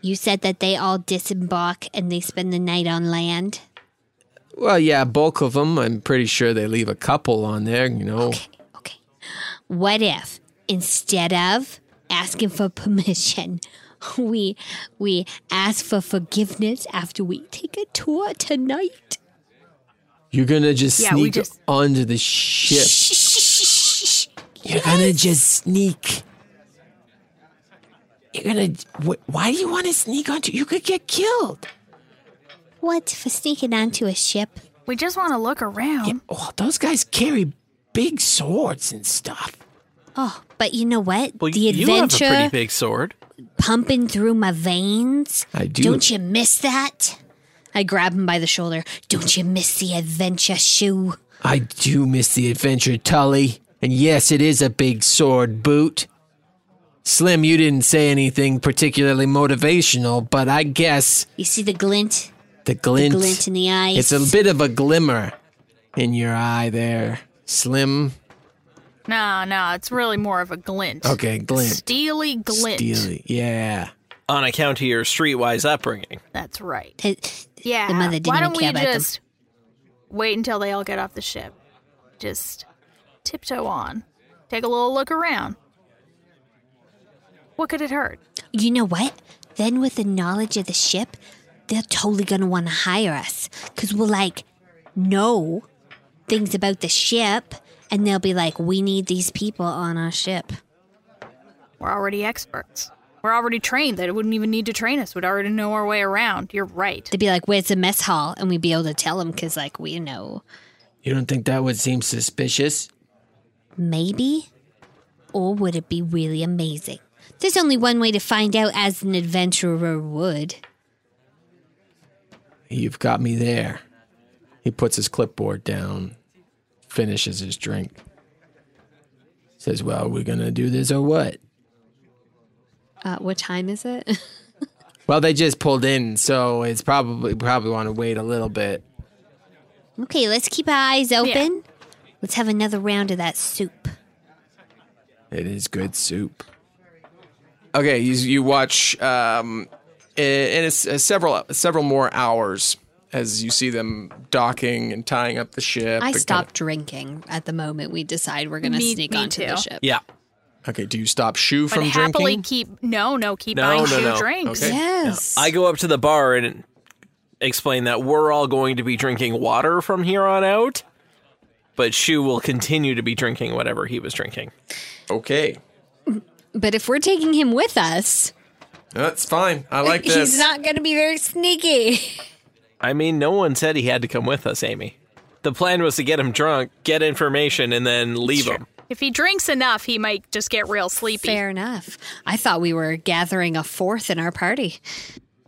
S5: You said that they all disembark and they spend the night on land.
S3: Well, yeah, bulk of them. I'm pretty sure they leave a couple on there. You know,
S5: What if instead of asking for permission, we we ask for forgiveness after we take a tour tonight?
S3: you're gonna just
S5: Yeah, we
S3: sneak
S5: just-
S3: onto the ship. You're gonna just sneak. You're gonna. Wh- why do you want to sneak onto? You could get killed.
S5: What for sneaking onto a ship?
S4: We just want to look around.
S3: oh, those guys carry big swords and stuff.
S5: Oh, but you know what?
S6: Well,
S5: the
S6: you have a
S5: adventure
S6: pretty big sword.
S5: pumping through my veins.
S6: I do.
S5: Don't you miss that? I grab him by the shoulder. Don't you miss the adventure shoe?
S3: I do miss the adventure, Tully. And yes, it is a big sword boot. Slim, you didn't say anything particularly motivational, but I guess
S5: You see the glint?
S3: the glint.
S5: The glint in the eye.
S3: It's a bit of a glimmer in your eye there, Slim.
S4: No, no, it's really more of a glint.
S3: Okay, glint.
S4: Steely glint.
S3: Steely, yeah.
S6: On account of your streetwise upbringing.
S4: That's right.
S5: yeah.
S6: mother didn't
S4: Why
S6: even
S4: don't we
S6: care about them.
S4: just wait until they all get off the ship? Just tiptoe on. Take a little look around. What could it hurt?
S5: You know what? Then, with the knowledge of the ship, they're totally going to want to hire us because we'll like know things about the ship and they'll be like, we need these people on our ship.
S4: We're already experts. We're already trained. They wouldn't even need to train us. We'd already know our way around. You're right.
S5: They'd be like, where's the mess hall? And we'd be able to tell them because, like, we know
S3: You don't think that would seem suspicious?
S5: maybe. Or would it be really amazing? There's only one way to find out as an adventurer would.
S3: You've got me there. He puts his clipboard down, finishes his drink. Says, Well, we're going to do this or what?
S7: Uh, what time is it?
S3: Well, they just pulled in, so it's probably probably want to wait a little bit.
S5: Okay, let's keep our eyes open. Let's have another round of that soup.
S3: It is good soup.
S12: Okay, you, you watch, um, a- and it's uh, several several more hours as you see them docking and tying up the ship.
S7: I
S12: and
S7: stop drinking at the moment we decide we're going to
S4: Me-
S7: sneak
S4: me
S7: onto the
S4: too.
S7: ship.
S6: Yeah.
S12: Okay. Do you stop Shu
S4: But
S12: from
S4: happily
S12: drinking?
S4: keep no, no, keep
S6: No,
S4: buying
S6: no,
S4: two
S6: no.
S4: drinks.
S6: Okay.
S7: Yes.
S6: I go up to the bar and explain that we're all going to be drinking water from here on out, but Shu will continue to be drinking whatever he was drinking.
S12: Okay.
S7: But if we're taking him with us,
S12: That's fine. I like
S7: he's not going to be very sneaky.
S6: I mean, no one said he had to come with us, Amy. The plan was to get him drunk, get information, and then leave him.
S4: If he drinks enough, he might just get real sleepy.
S7: Fair enough. I thought we were gathering a fourth in our party.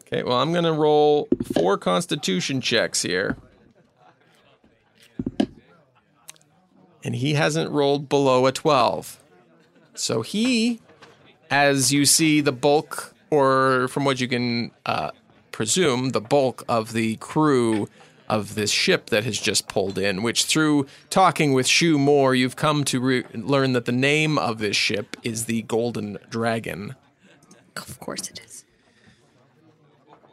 S12: Okay, well, I'm going to roll four constitution checks here. And he hasn't rolled below a 12. So he, as you see the bulk, or from what you can uh, presume, the bulk of the crew of this ship that has just pulled in, which through talking with Shu Moore, you've come to re- learn that the name of this ship is the Golden Dragon.
S7: Of course it is.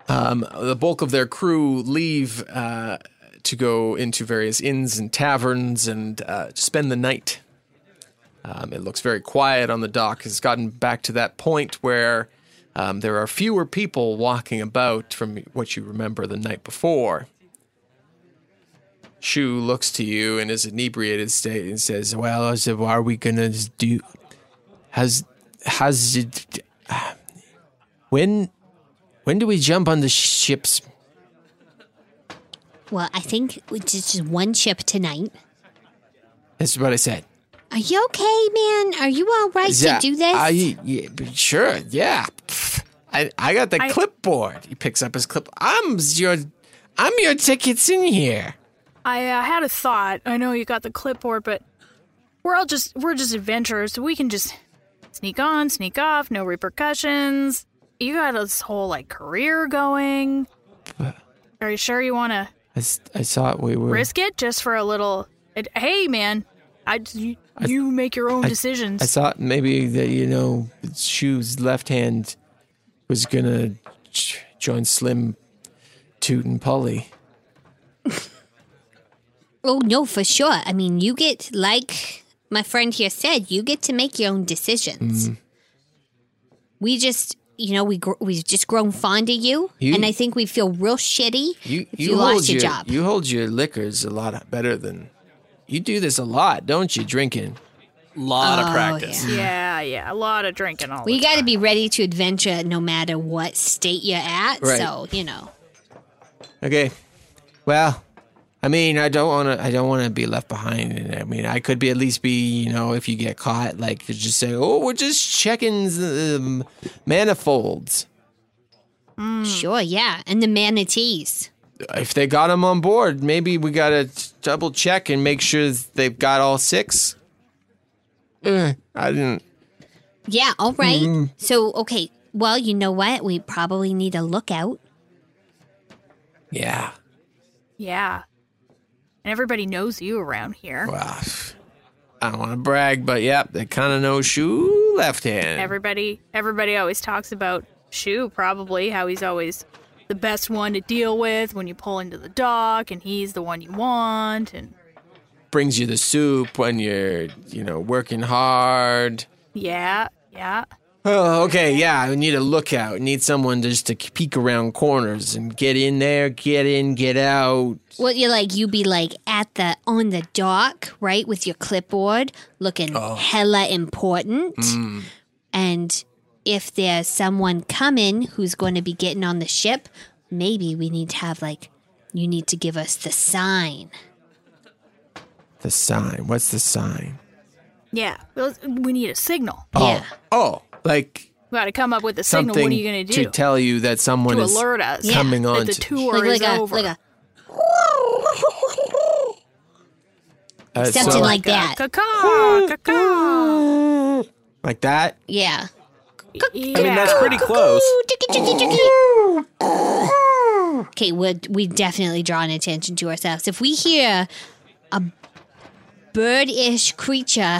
S12: Um, the bulk of their crew leave uh,
S13: to go into various inns and taverns and uh, spend the night. Um, it looks very quiet on the dock. It's gotten back to that point where um, there are fewer people walking about from what you remember the night before. Shu looks to you in his inebriated state and says,
S3: Well, I said, are we gonna do? Has has it? When when do we jump on the ships?
S5: Well, I think it's just one ship tonight.
S3: That's what I said.
S5: Are you okay, man? Are you all right
S3: Yeah,
S5: to do this?
S3: I, yeah, sure, yeah. Pff, I, I got the
S5: I-
S3: clipboard. He picks up his clip. I'm your, I'm your tickets in here.
S4: I uh, had a thought. I know you got the clipboard, but we're all just we're just adventurers, so we can just sneak on, sneak off, no repercussions. You got this whole like career going. Are you sure you want to
S3: I, s- I thought we were.
S4: risk it just for a little? It, hey, man, I you,
S3: I-
S4: you make your own
S3: I-
S4: decisions.
S3: I thought maybe that you know, Shu's left hand was gonna j- join Slim, Toot and Polly.
S5: Oh, no, for sure. I mean, you get, like my friend here said, you get to make your own decisions.
S3: Mm.
S5: We just, you know, we gr- we've just grown fond of you,
S3: You-
S5: and I think we feel real shitty
S3: You
S5: if
S3: you,
S5: you,
S3: hold
S5: lost your,
S3: your
S5: job.
S3: you hold your liquors a lot better than you do this a lot, don't you? Drinking,
S6: lot
S5: of Oh, practice.
S4: yeah, yeah, a lot of drinking all
S5: We
S4: the
S5: got to be ready to adventure no matter what state you're at.
S3: Right.
S5: So you know,
S3: Okay. Well, I mean, I don't want to. I don't want to be left behind. And I mean, I could be at least be. You know, if you get caught, like you just say, "Oh, we're just checking the um, manifolds."
S5: sure, yeah, and the manatees.
S3: If they got them on board, maybe we gotta double check and make sure they've got all six. Eh, I didn't.
S5: Yeah, all right.
S3: Mhm.
S5: So okay, well, you know what? We probably need a lookout.
S3: Yeah.
S4: Yeah, and everybody knows you around here.
S3: Well, I don't want to brag, but yep, they kind of know shoe left hand.
S4: Everybody, everybody always talks about Shu. Probably how he's always the best one to deal with when you pull into the dock, and he's the one you want. And
S3: Brings you the soup when you're, you know, working hard.
S4: yeah, yeah,
S3: Oh, okay, yeah. We need a lookout. Need someone just to peek around corners and get in there, get in, get out.
S5: Well, you like you be like at the on the dock, right, with your clipboard, looking
S3: Oh.
S5: hella important.
S3: Mm.
S5: And if there's someone coming who's going to be getting on the ship, maybe we need to have like you need to give us the sign.
S3: The sign. What's the sign?
S4: yeah. Well, We need a signal.
S3: Oh, oh, like
S4: We got to come up with a signal.
S3: something
S4: What are you gonna do
S3: to tell you that someone
S4: to
S3: is
S4: alert us
S3: coming on
S4: that the
S3: to-
S4: tour is
S5: Like- like a-
S4: over?
S5: like a-
S3: Uh,
S5: Something
S3: so-
S5: like that.
S4: Caw, caw.
S3: like that.
S5: Yeah.
S6: I mean, that's pretty close.
S5: Okay, we're we definitely drawing attention to ourselves. If we hear a bird-ish creature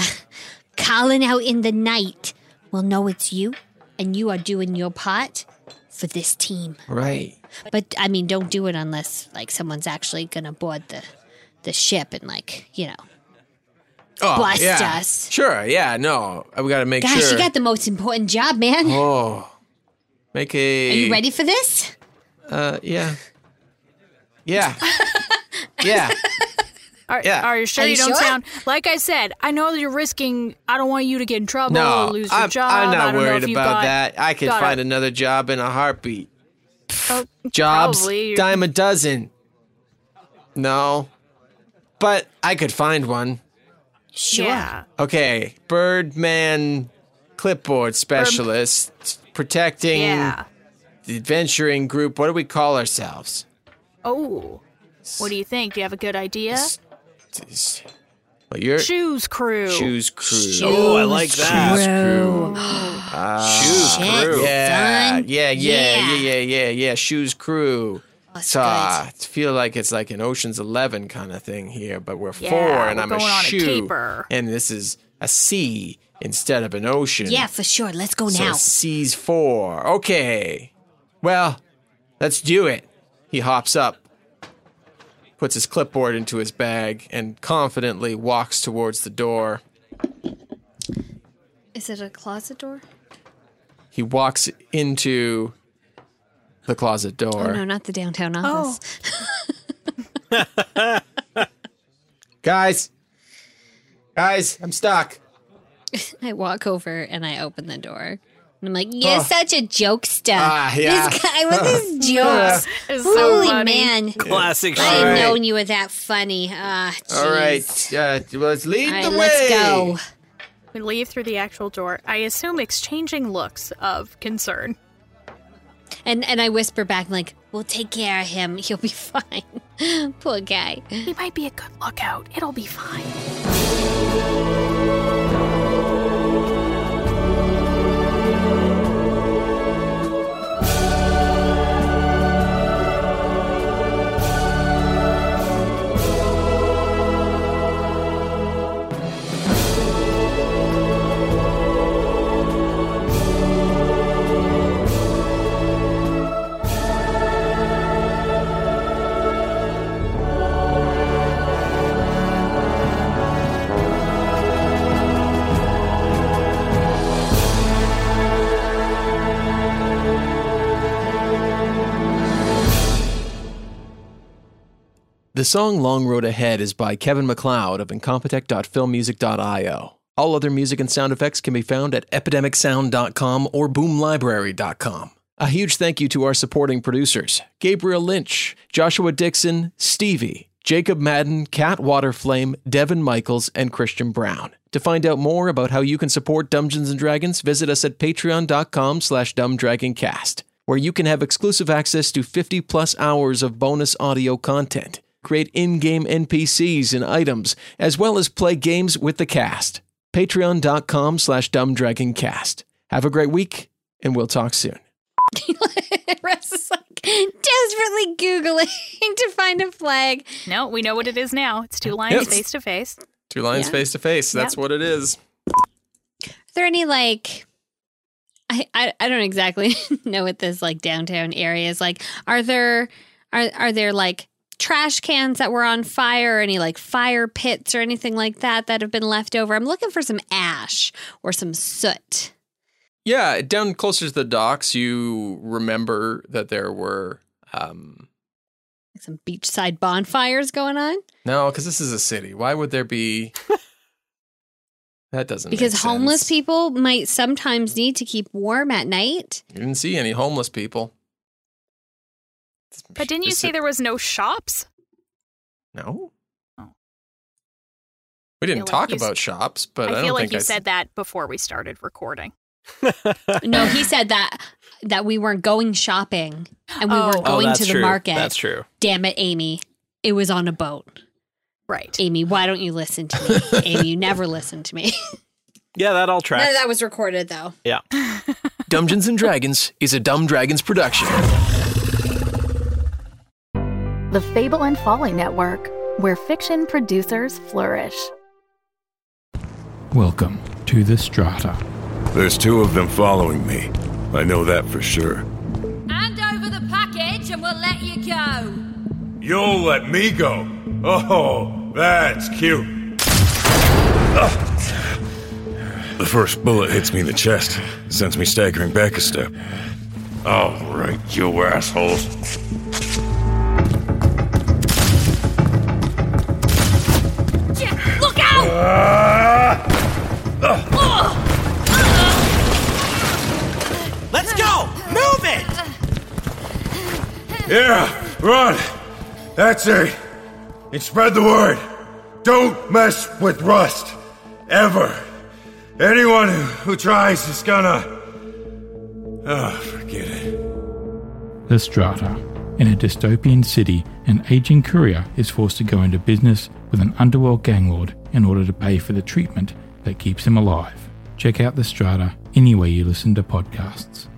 S5: calling out in the night, we'll know it's you, and you are doing your part for this team.
S3: Right.
S5: But I mean, don't do it unless like someone's actually gonna board the the ship and like you know.
S3: Oh,
S5: Blast
S3: yeah.
S5: us.
S3: Sure. Yeah. No, we got to make
S5: Gosh,
S3: sure.
S5: you got the most important job, man.
S3: oh, make
S5: Are
S3: a.
S5: you ready for this?
S3: Uh, yeah. Yeah. yeah.
S4: Are,
S3: Yeah.
S4: are you sure
S3: Are
S4: you,
S3: you
S4: don't
S3: sure?
S4: sound like I said? I know that you're risking. I don't want you to get in trouble
S3: No,
S4: or lose your
S3: I'm,
S4: job.
S3: I'm
S4: I
S3: not
S4: don't know
S3: worried
S4: if you
S3: about
S4: got-
S3: that. I could
S4: got
S3: find
S4: a-
S3: another job in a heartbeat.
S4: oh,
S3: Jobs,
S4: probably you're-
S3: dime a dozen. No, but I could find one.
S5: Sure.
S4: Yeah.
S3: Okay, Birdman clipboard specialist, protecting
S4: Yeah.
S3: the adventuring group. What do we call ourselves?
S4: Oh, what do you think? Do you have a good idea?
S3: Well, you're
S4: Shoes crew.
S3: Shoes crew.
S6: Oh, I like that.
S3: Shoes crew.
S6: Shoes
S3: Ah,
S6: crew.
S3: Yeah,
S6: son.
S3: yeah, yeah, yeah,
S6: Yeah.
S3: yeah, yeah, yeah. Shoes crew. It's, uh, I feel like it's like an Ocean's Eleven kind of thing here, but we're
S5: Yeah,
S3: four, and
S5: we're
S3: I'm
S5: going
S3: a
S5: on a
S3: shoe,
S5: caper.
S3: and this is a sea instead of an ocean.
S5: Yeah, for sure. Let's go
S3: so
S5: now.
S3: C's four. Okay. Well, let's do it. He hops up. puts his clipboard into his bag, and confidently walks towards the door.
S5: Is it a closet door?
S3: He walks into the closet door.
S5: Oh no, not the downtown office.
S14: Guys, guys, I'm stuck.
S5: I walk over and I open the door. And I'm like, you're such a jokester.
S14: Ah, yeah.
S5: This guy with his jokes.
S4: It's so
S5: Holy
S4: funny.
S5: man.
S6: Classic
S5: I
S6: All
S5: have
S6: right.
S5: known you were that funny. Ah,
S14: All
S5: jeez.
S14: right, uh, let's lead
S5: All right,
S14: the way.
S5: let's go.
S4: We leave through the actual door, I assume exchanging looks of concern.
S5: And and I whisper back, like, we'll take care of him. He'll be fine. Poor guy.
S4: He might be a good lookout. It'll be fine.
S3: The song Long Road Ahead is by Kevin McLeod of incompetech.filmmusic.io. All other music and sound effects can be found at epidemicsound.com or boomlibrary.com. A huge thank you to our supporting producers Gabriel Lynch, Joshua Dixon, Stevie, Jacob Madden, Cat Waterflame, Devin Michaels, and Christian Brown. To find out more about how you can support Dungeons and Dragons, visit us at patreon.com slash dumbdragoncast, where you can have exclusive access to 50 plus hours of bonus audio content, create in-game NPCs and items, as well as play games with the cast. Patreon.com slash dumbdragoncast. Have a great week, and we'll talk soon.
S5: Russ is like desperately Googling to find a flag.
S4: No, we know what it is now. It's two lines
S3: Yep.
S4: face to face.
S3: Two lines
S5: Yeah.
S3: face to face. That's
S4: Yep.
S3: what it is.
S5: Are there any like I, I I don't exactly know what this like downtown area is like. Are there are are there like trash cans that were on fire or any like fire pits or anything like that that have been left over? I'm looking for some ash or some soot.
S3: Yeah, down closer to the docks, you remember that there were um
S5: Like some beachside bonfires going on.
S3: no, because this is a city. Why would there be? that doesn't make
S5: because homeless
S3: sense.
S5: people might sometimes need to keep warm at night.
S3: You didn't see any homeless people.
S4: But didn't you
S3: Is
S4: say
S3: it-
S4: there was no shops?
S3: No. We didn't
S4: Oh. feel like
S3: talk
S4: you s-
S3: about shops, but I,
S4: I
S3: don't
S4: feel
S3: think
S4: like you
S3: I s-
S4: said that before we started recording.
S5: No, he said that that we weren't going shopping and we
S4: Oh.
S5: weren't
S4: Oh,
S5: going
S6: that's
S5: to the
S6: true.
S5: market.
S6: That's true.
S5: Damn it, Amy. It was on a boat.
S4: Right.
S5: Amy, why don't you listen to me? Amy, you never listen to me.
S6: Yeah, that all tracks.
S5: None of that was recorded though.
S6: yeah.
S3: Dungeons and Dragons is a Dumb Dragons production.
S1: The Fable and Folly Network, where fiction producers flourish.
S7: Welcome to the Strata.
S10: There's two of them following me. I know that for sure.
S15: Hand over the package and we'll let you go.
S10: You'll let me go. Oh, that's cute. Ugh. The first bullet hits me in the chest, sends me staggering back a step. All right, you assholes.
S15: Ja- Look out! Ugh.
S6: Let's go! Move it!
S10: Yeah, run. That's it. And spread the word. Don't mess with Rust. Ever. Anyone who, who tries is gonna. Ah, forget it.
S7: The Strata. In a dystopian city, an aging courier is forced to go into business with an underworld ganglord in order to pay for the treatment that keeps him alive. Check out The Strata anywhere you listen to podcasts.